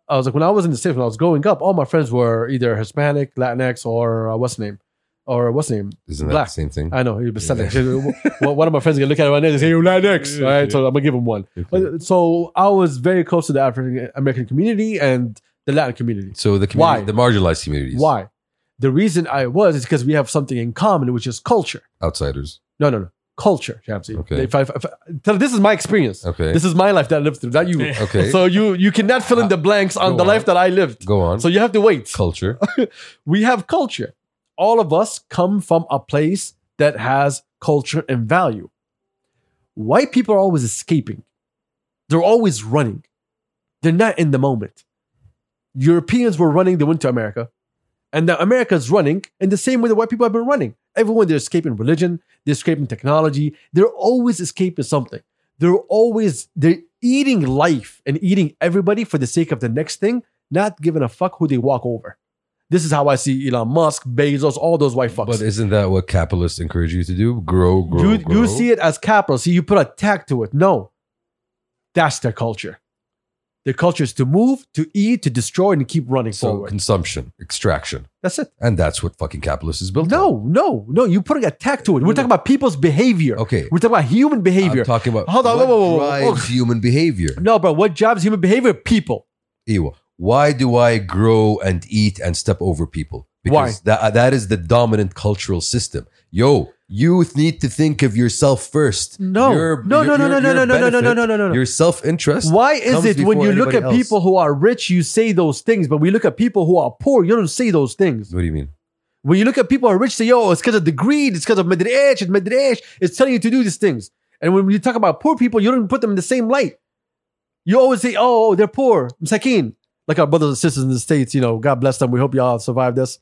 Speaker 4: I was like, when I was in the states, when I was growing up, all my friends were either Hispanic, Latinx, or uh, what's the name, or what's the name,
Speaker 1: Isn't that
Speaker 4: Black.
Speaker 1: the same thing?
Speaker 4: I know he was
Speaker 1: Yeah.
Speaker 4: selling. One one of my friends gonna look at it right now and say, "You're Latinx." All right, so I'm gonna give him one. But- So I was very close to the African American community and the Latin community.
Speaker 1: So the
Speaker 4: Why?
Speaker 1: community, the marginalized communities,
Speaker 4: Why? The reason I was is because we have something in common, which is culture.
Speaker 1: outsiders.
Speaker 4: No, no, no, culture, Shamsi.
Speaker 1: Okay.
Speaker 4: If I, if I- tell- this is my experience.
Speaker 1: Okay,
Speaker 4: This is my life that I lived through, not you.
Speaker 1: okay,
Speaker 4: So you you cannot fill in the blanks on
Speaker 1: Uh, Go
Speaker 4: the
Speaker 1: on.
Speaker 4: life that I lived.
Speaker 1: go on.
Speaker 4: So you have to wait
Speaker 1: culture.
Speaker 4: we have culture. All of us come from a place that has culture and value. White people are always escaping, they're always running, they're not in the moment. Europeans were running, they went to America. And now America's running in the same way that white people have been running. Everyone, they're escaping religion, they're escaping technology, they're always escaping something. They're always they're eating life and eating everybody for the sake of the next thing, not giving a fuck who they walk over. This is how I see Elon Musk, Bezos, all those white fucks.
Speaker 1: But isn't that what capitalists encourage you to do? Grow, grow,
Speaker 4: you,
Speaker 1: grow.
Speaker 4: you see it as capital. See, you put a tag to it. No, that's their culture. Their culture is to move, to eat, to destroy, and keep running
Speaker 1: so
Speaker 4: forward.
Speaker 1: consumption, extraction,
Speaker 4: that's it.
Speaker 1: and that's what fucking capitalist is built. on.
Speaker 4: No, no, no. You're putting a tag to it. We're talking about people's behavior.
Speaker 1: okay.
Speaker 4: We're talking about human behavior.
Speaker 1: I'm talking about
Speaker 4: Hold on,
Speaker 1: what
Speaker 4: whoa, whoa, whoa, whoa.
Speaker 1: drives human behavior.
Speaker 4: no, bro. What jobs human behavior? People.
Speaker 1: Ewa, Why do I grow and eat and step over people? Because that that is the dominant cultural system. Yo, youth need to think of yourself first.
Speaker 4: No,
Speaker 1: Your-
Speaker 4: no,
Speaker 1: your-
Speaker 4: no, no,
Speaker 1: your-
Speaker 4: no, no,
Speaker 1: your
Speaker 4: no, no, no, no,
Speaker 1: benefit,
Speaker 4: no, no, no, no.
Speaker 1: Your self interest.
Speaker 4: Why is
Speaker 1: comes
Speaker 4: it when
Speaker 1: before
Speaker 4: you look at
Speaker 1: anybody
Speaker 4: people
Speaker 1: else.
Speaker 4: who are rich, you say those things, but we look at people who are poor, you don't say those things.
Speaker 1: What do you mean?
Speaker 4: When you look at people who are rich, say, yo, it's because of the greed, it's because of madrash, and madrash is telling you to do these things. And when you talk about poor people, you don't put them in the same light. You always say, oh, they're poor, Sakin. Like our brothers and sisters in the States, you know, God bless them. We hope y'all survive this.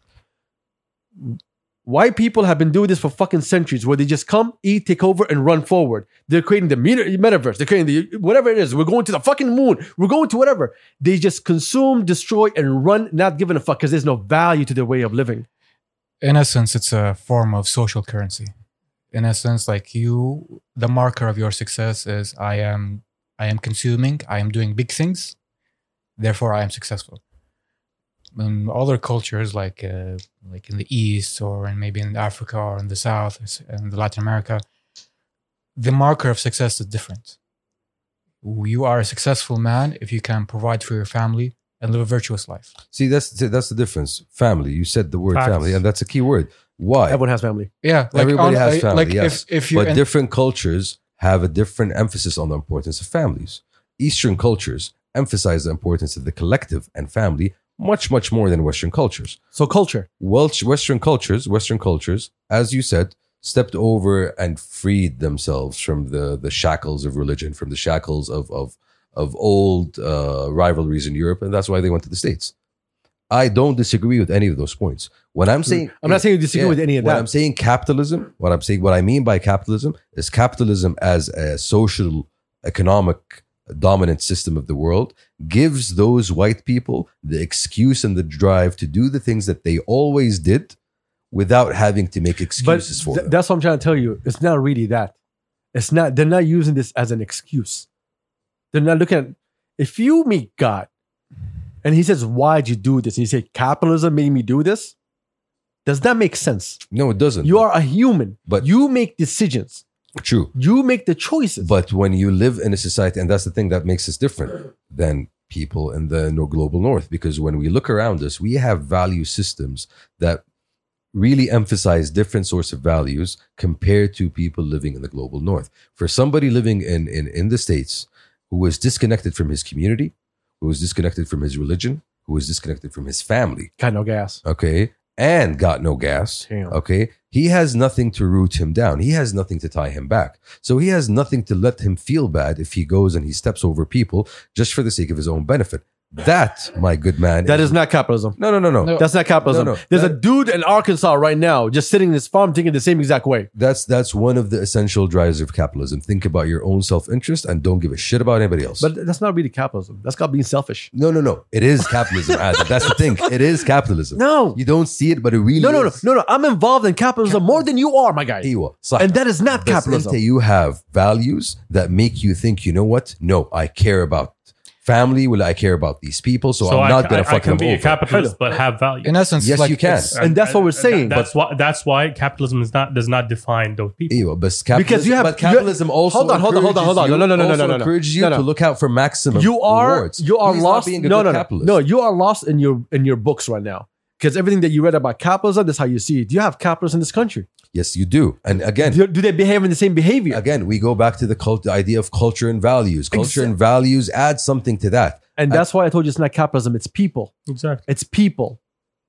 Speaker 4: White people have been doing this for fucking centuries where they just come, eat, take over, and run forward. They're creating the meta- metaverse. They're creating the whatever it is. We're going to the fucking moon. We're going to whatever. They just consume, destroy, and run, not giving a fuck because there's no value to their way of living.
Speaker 2: in essence, it's a form of social currency. In essence, like you, the marker of your success is I am, I am consuming, I am doing big things, therefore I am successful. In other cultures, like uh, like in the East or in maybe in Africa or in the South and the Latin America, the marker of success is different. You are a successful man if you can provide for your family and live a virtuous life.
Speaker 1: See, that's that's the difference. Family. You said the word
Speaker 3: Facts.
Speaker 1: family, and that's a key word. Why?
Speaker 4: Everyone has family.
Speaker 2: Yeah, like
Speaker 1: Everybody has
Speaker 2: I-
Speaker 1: family,
Speaker 2: Like
Speaker 1: yes.
Speaker 2: if if you're
Speaker 1: but
Speaker 2: in-
Speaker 1: different cultures have a different emphasis on the importance of families. Eastern cultures emphasize the importance of the collective and family much, much more than Western cultures.
Speaker 4: So culture.
Speaker 1: Welch, Western cultures, Western cultures, as you said, stepped over and freed themselves from the, the shackles of religion, from the shackles of of of old uh, rivalries in Europe, and that's why they went to the states. I don't disagree with any of those points. When I'm saying,
Speaker 4: Hmm. I'm not saying you disagree
Speaker 1: yeah,
Speaker 4: with any of
Speaker 1: what
Speaker 4: that.
Speaker 1: I'm saying capitalism, what I'm saying, what I mean by capitalism is capitalism as a social, economic dominant system of the world gives those white people the excuse and the drive to do the things that they always did without having to make
Speaker 4: but
Speaker 1: excuses for
Speaker 4: th-
Speaker 1: them.
Speaker 4: that's what I'm trying to tell you. It's not really that. It's not. They're not using this as an excuse. They're not looking at. If you meet God, and He says, "Why'd you do this?" and you say, "Capitalism made me do this," does that make sense?
Speaker 1: No, it doesn't.
Speaker 4: You are a human,
Speaker 1: But-
Speaker 4: you make decisions.
Speaker 1: true.
Speaker 4: You make the choices.
Speaker 1: But when you live in a society, and that's the thing that makes us different than people in the no- global north, because when we look around us, we have value systems that really emphasize different sorts of values compared to people living in the global north. For somebody living in in, in the states who is disconnected from his community, who is disconnected from his religion, who is disconnected from his family,
Speaker 4: kind of gas.
Speaker 1: okay, and got no gas,
Speaker 4: Damn.
Speaker 1: okay, he has nothing to root him down. He has nothing to tie him back. So he has nothing to let him feel bad if he goes and he steps over people just for the sake of his own benefit. That, my good man,
Speaker 4: That is not capitalism.
Speaker 1: no, no, no, no.
Speaker 2: No.
Speaker 4: That's not capitalism.
Speaker 1: No, no.
Speaker 4: There's a
Speaker 1: That-
Speaker 4: dude in Arkansas right now just sitting in his farm thinking the same exact way.
Speaker 1: That's that's one of the essential drives of capitalism. Think about your own self interest and don't give a shit about anybody else.
Speaker 4: But that's not really capitalism. That's called being selfish.
Speaker 1: no, no, no. It is capitalism. Adam. That's the thing. It is capitalism.
Speaker 4: No.
Speaker 1: You don't see it, but it really
Speaker 4: No, no, no,
Speaker 1: is.
Speaker 4: no, no. I'm involved in capitalism more than you are, my guy.
Speaker 1: أيوة، صح.
Speaker 4: And that is not
Speaker 1: But
Speaker 4: capitalism.
Speaker 1: until you have values that make you think, you know what? No, I care about family. Will I care about these people? So, I'm
Speaker 3: I
Speaker 1: not
Speaker 3: ca-
Speaker 1: going to
Speaker 3: I
Speaker 1: fuck
Speaker 3: can
Speaker 1: them
Speaker 3: be a
Speaker 1: over.
Speaker 3: capitalist, but have value.
Speaker 2: in essence,
Speaker 1: Yes,
Speaker 2: like
Speaker 1: you can.
Speaker 2: it's-
Speaker 4: And that's what we're saying.
Speaker 3: That's why. That's why capitalism is not does not define those people.
Speaker 1: Ew, but capitalism,
Speaker 4: Because you have-
Speaker 1: but capitalism also
Speaker 4: Hold on, hold on, hold on, hold on.
Speaker 1: encourages
Speaker 4: No, no, no, no,
Speaker 1: you-
Speaker 4: no,
Speaker 1: also
Speaker 4: no, no, no.
Speaker 1: encourages you
Speaker 4: No, no.
Speaker 1: to look out for maximum.
Speaker 4: You are
Speaker 1: rewards.
Speaker 4: you are
Speaker 1: He's not
Speaker 4: lost.
Speaker 1: being a
Speaker 4: No,
Speaker 1: good
Speaker 4: no, no,
Speaker 1: capitalist.
Speaker 4: no. You are lost in your in your books right now because everything that you read about capitalism, that's how you see it. Do you have capitalists in this country?
Speaker 1: Yes, you do. And again,
Speaker 4: Do, do they behave in the same behavior?
Speaker 1: again, we go back to the cult, the idea of culture and values. Culture
Speaker 4: Exa-
Speaker 1: and values add something to that.
Speaker 4: And that's why I told you it's not capitalism. It's people.
Speaker 3: Exactly.
Speaker 4: It's people.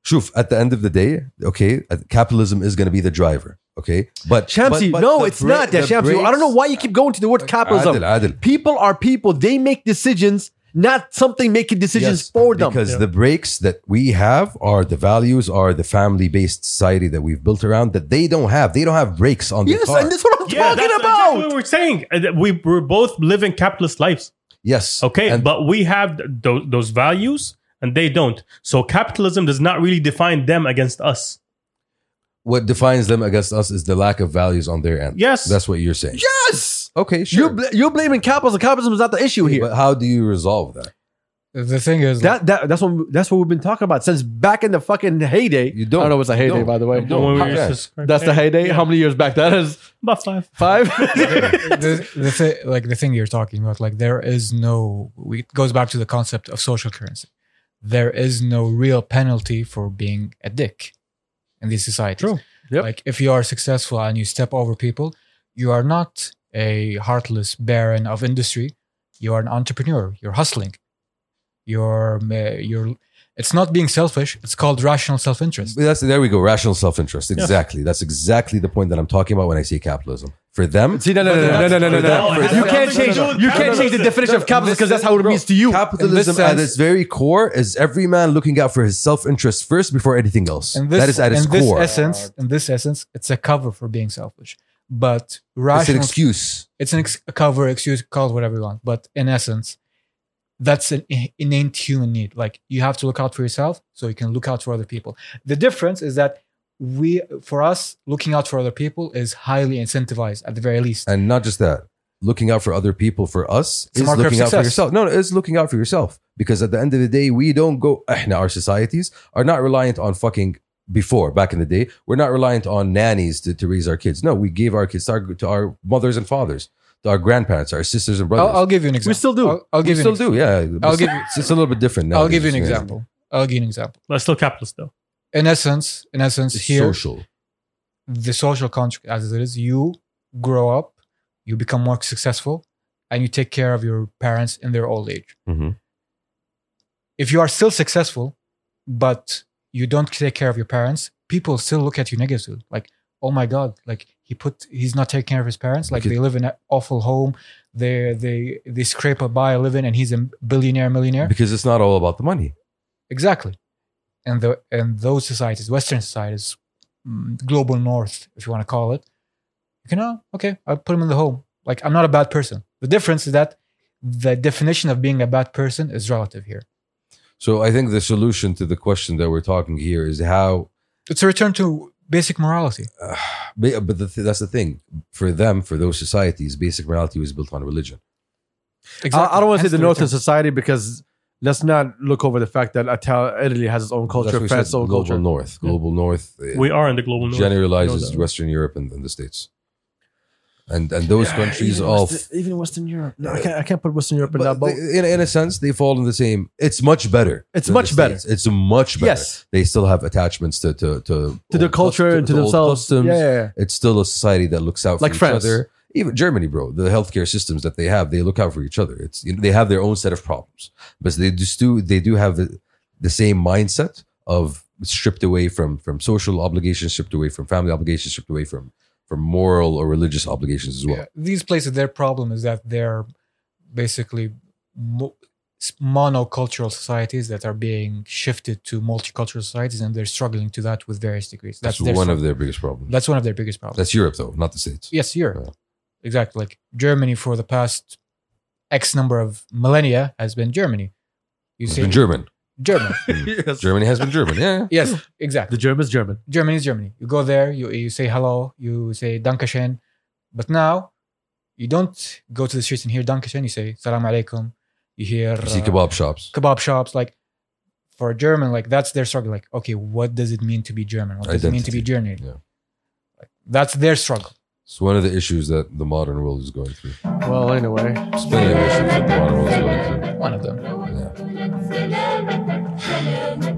Speaker 1: Shoof, at the end of the day, okay, uh, capitalism is going to be the driver. Okay, but
Speaker 4: Champsy,
Speaker 1: but- but
Speaker 4: no,
Speaker 1: the
Speaker 4: it's
Speaker 1: bra-
Speaker 4: not that
Speaker 1: the
Speaker 4: Champsy. I don't know
Speaker 1: brakes-
Speaker 4: why you keep going to the word capitalism.
Speaker 1: Adil, Adil.
Speaker 4: People are people. They make decisions, not something making decisions
Speaker 1: Yes,
Speaker 4: for them.
Speaker 1: Because
Speaker 3: Yeah.
Speaker 1: the breaks that we have are the values, are the family based society that we've built around that they don't have. They don't have breaks on the
Speaker 4: yes,
Speaker 1: car.
Speaker 4: and that's what I'm talking
Speaker 3: that's
Speaker 4: about.
Speaker 3: exactly what we're saying. Uh, that We we're both living capitalist lives.
Speaker 1: yes.
Speaker 3: Okay,
Speaker 1: And
Speaker 3: but we have th- tho- those values and they don't. So capitalism does not really define them against us.
Speaker 1: what defines them against us is the lack of values on their end.
Speaker 3: Yes.
Speaker 1: That's what you're saying.
Speaker 4: yes,
Speaker 1: Okay,
Speaker 4: you're
Speaker 1: sure.
Speaker 4: bl- you're blaming capitalism. Capitalism is not the issue here.
Speaker 1: But how do you resolve that?
Speaker 2: the thing is like,
Speaker 4: That, that that's what that's what we've been talking about since back in the fucking heyday.
Speaker 1: You don't.
Speaker 4: I don't know what's a heyday
Speaker 1: don't.
Speaker 4: by the way.
Speaker 1: don't.
Speaker 3: When we
Speaker 1: how-
Speaker 3: were
Speaker 1: yeah.
Speaker 3: subscribed-
Speaker 4: That's the heyday.
Speaker 3: Yeah.
Speaker 4: How many years back that is?
Speaker 3: About five.
Speaker 4: Five.
Speaker 2: the, the thi- like the thing you're talking about, like there is no. we- It goes back to the concept of social currency. There is no real penalty for being a dick in these societies.
Speaker 4: True. Yep.
Speaker 2: Like if you are successful and you step over people, you are not a heartless baron of industry. You are an entrepreneur. You're hustling. You're uh, you're. It's not being selfish. It's called rational self-interest.
Speaker 1: That's, there we go. Rational self interest. Exactly. That's exactly the point that I'm talking about when I say capitalism. For them,
Speaker 4: See, no, no, no, no, no, no, no, no.
Speaker 1: For
Speaker 4: You
Speaker 1: them-
Speaker 4: can't change. You can't change the definition of capitalism because that's how it means to you.
Speaker 1: Capitalism
Speaker 2: In this
Speaker 1: at
Speaker 2: sense-
Speaker 1: its very core is every man looking out for his self interest first before anything else.
Speaker 2: In this,
Speaker 1: that is at its
Speaker 2: in this
Speaker 1: core.
Speaker 2: essence, in this essence, it's a cover for being selfish. But
Speaker 1: it's an
Speaker 2: rational,
Speaker 1: excuse.
Speaker 2: it's an ex- a cover, excuse, call it whatever you want. But in essence, that's an i- innate human need. Like you have to look out for yourself so you can look out for other people. The difference is that we, for us, looking out for other people is highly incentivized at the very least.
Speaker 1: And not just that, looking out for other people for us
Speaker 2: It's a
Speaker 1: is
Speaker 2: marker of
Speaker 1: looking out for
Speaker 2: success.
Speaker 1: yourself. No, no, it's looking out for yourself. Because at the end of the day, we don't go, احنا, our societies are not reliant on fucking before, back in the day, we're not reliant on nannies to, to raise our kids. No, we gave our kids to our, to our mothers and fathers, to our grandparents, our sisters and
Speaker 2: I'll,
Speaker 1: brothers.
Speaker 2: I'll give you an example.
Speaker 4: still do.
Speaker 2: I'll, I'll
Speaker 1: we
Speaker 2: give you
Speaker 1: still
Speaker 2: an ex-
Speaker 1: do, yeah.
Speaker 2: I'll give you-
Speaker 1: It's, it's a little bit different now.
Speaker 2: I'll give you an
Speaker 1: Yeah.
Speaker 2: example. I'll give you an example.
Speaker 3: But still capitalist though.
Speaker 2: In essence, in essence,
Speaker 1: It's
Speaker 2: here
Speaker 1: social.
Speaker 2: the social contract as it is. You grow up, you become more successful, and you take care of your parents in their old age.
Speaker 1: Mhm.
Speaker 2: If you are still successful, but you don't take care of your parents, people still look at you negatively. Like, oh my god, like he put he's not taking care of his parents. Like
Speaker 1: Look at-
Speaker 2: they live in an awful home. They they they scrape up by a living, and he's a billionaire millionaire.
Speaker 1: because it's not all about the money.
Speaker 2: Exactly. And the and those societies, Western societies, mm, global North, if you want to call it, you can oh, okay, I'll put him in the home. Like I'm not a bad person. The difference is that the definition of being a bad person is relative here.
Speaker 1: So I think the solution to the question that we're talking here is how.
Speaker 2: It's a return to basic morality.
Speaker 1: Uh, but but the th- that's the thing for them, for those societies, basic morality was built on religion.
Speaker 4: I, I don't want
Speaker 2: Hence
Speaker 4: to say the Northern
Speaker 2: return.
Speaker 4: society because let's not look over the fact that Ital- Italy has its own
Speaker 1: That's
Speaker 4: culture,
Speaker 1: what we
Speaker 4: France
Speaker 1: said,
Speaker 4: its own
Speaker 1: global
Speaker 4: culture.
Speaker 1: North, global North. uh,
Speaker 3: We are in the global north.
Speaker 1: generalizes
Speaker 4: No doubt.
Speaker 1: Western Europe and, and the States. And and those countries all, f-
Speaker 4: even Western Europe. No, I can't. I can't put Western Europe in
Speaker 1: but
Speaker 4: that boat.
Speaker 1: they- in, in a sense, they fall in the same. It's much better.
Speaker 4: It's
Speaker 1: than
Speaker 4: much
Speaker 1: the
Speaker 4: better.
Speaker 1: States. It's much better.
Speaker 4: yes,
Speaker 1: They still have attachments to to to,
Speaker 4: to the
Speaker 1: old
Speaker 4: culture
Speaker 1: cust-
Speaker 4: and Oh, to,
Speaker 1: old
Speaker 4: themselves. Yeah,
Speaker 1: customs.
Speaker 4: yeah, yeah.
Speaker 1: It's still a society that looks out for
Speaker 4: Like
Speaker 1: each
Speaker 4: France.
Speaker 1: other. Even Germany, bro, the healthcare systems that they have, they look out for each other. It's you know, they have their own set of problems, but they just do they do have the, the same mindset of stripped away from from social obligations, stripped away from family obligations, stripped away from from moral or religious obligations as well.
Speaker 2: Yeah. These places, their problem is that they're basically mo- s- monocultural societies that are being shifted to multicultural societies, and they're struggling to that with various degrees.
Speaker 1: That's,
Speaker 2: their
Speaker 1: one
Speaker 2: struggle.
Speaker 1: of their biggest problems.
Speaker 2: That's one of their biggest problems.
Speaker 1: That's Europe though, not the states.
Speaker 2: yes, Europe. Exactly. Like Germany for the past X number of millennia has been Germany. You
Speaker 1: It's
Speaker 2: see,
Speaker 1: been German.
Speaker 2: German.
Speaker 4: Yes.
Speaker 1: Germany has been German. Yeah.
Speaker 2: yes, exactly.
Speaker 4: The German's German.
Speaker 2: Germany is Germany. You go there, you you say hello, you say Dankeschön. But now you don't go to the streets and hear Dankeschön. You say Salam alaikum. You hear
Speaker 1: You see
Speaker 2: uh,
Speaker 1: kebab shops.
Speaker 2: kebab shops. Like for a German, like that's their struggle. Like, okay, what does it mean to be German? What does it mean to be German?
Speaker 1: Yeah.
Speaker 2: Like, that's their struggle.
Speaker 1: It's one of the issues that the modern world is going through.
Speaker 4: Well, anyway,
Speaker 1: It's plenty of issues that the modern world is going through.
Speaker 2: One of them.
Speaker 1: Yeah.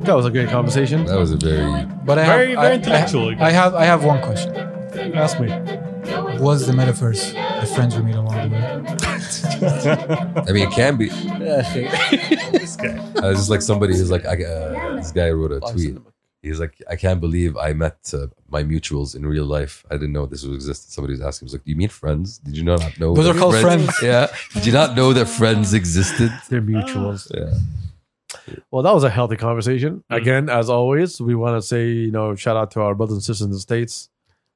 Speaker 4: that was a great conversation.
Speaker 1: That was a very
Speaker 2: But I
Speaker 3: Very,
Speaker 2: have,
Speaker 3: very
Speaker 2: I-
Speaker 3: intellectual.
Speaker 2: I, I have I have one question.
Speaker 4: Ask me.
Speaker 2: Was the metaverse the friends we made along the way?
Speaker 1: I mean, it can be.
Speaker 3: This guy.
Speaker 1: Uh, it's just like somebody who's like, I, uh, this guy wrote
Speaker 4: Oh,
Speaker 1: a tweet. He's like, I can't believe I met uh, my mutuals in real life. I didn't know this was existed. Somebody was asking, he was like, Do you mean friends? Did you not know?
Speaker 2: Those
Speaker 1: that
Speaker 2: are called friends.
Speaker 1: yeah. Did you not know that friends existed?
Speaker 4: They're mutuals.
Speaker 1: Yeah.
Speaker 4: Well, that was a healthy conversation.
Speaker 3: Mhm.
Speaker 4: Again, as always, we want to say, you know, shout out to our brothers and sisters in the States.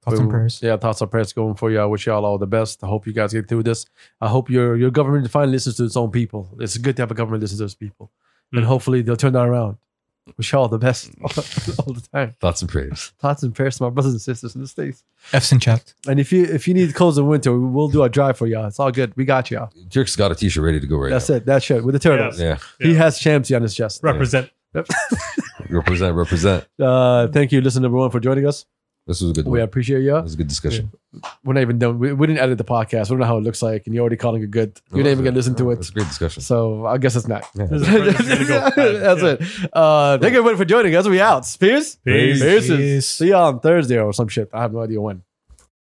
Speaker 2: Thoughts
Speaker 4: We-
Speaker 2: and prayers.
Speaker 4: Yeah, thoughts and prayers going for you. I wish y'all all the best. I hope you guys get through this. I hope your your government finally listens to its own people. It's good to have a government that listens to its people. And
Speaker 3: Mhm.
Speaker 4: hopefully they'll turn that around. Wish y'all the best all the time.
Speaker 1: Thoughts and prayers.
Speaker 4: Thoughts and prayers to my brothers and sisters in the States.
Speaker 2: F's in chat.
Speaker 4: And if you if you need clothes in winter, we'll do a drive for y'all. It's all good. We got y'all.
Speaker 1: Jerk's got a t shirt ready to go right
Speaker 4: That's
Speaker 1: now.
Speaker 4: it. That shirt with the turtles.
Speaker 1: Yeah.
Speaker 4: He
Speaker 3: Yeah.
Speaker 4: has Shamsi on his chest.
Speaker 3: Represent.
Speaker 1: Represent, represent.
Speaker 4: Uh, thank you, listen, everyone, for joining us.
Speaker 1: This was a good
Speaker 4: We
Speaker 1: one.
Speaker 4: appreciate you.
Speaker 1: This was a good discussion.
Speaker 4: We're not even done. We, we didn't edit the podcast. We don't know how it looks like, and you're already calling it good. You're not even gonna listen to
Speaker 1: It's
Speaker 4: it.
Speaker 1: a great discussion.
Speaker 4: So I guess it's not.
Speaker 1: Yeah.
Speaker 4: That's
Speaker 3: It's gonna go.
Speaker 4: it. Uh, thank you everyone for joining us. We out. Spears.
Speaker 3: Peace.
Speaker 4: Peace.
Speaker 2: Peace.
Speaker 4: See you on Thursday or some shit. I have no idea when.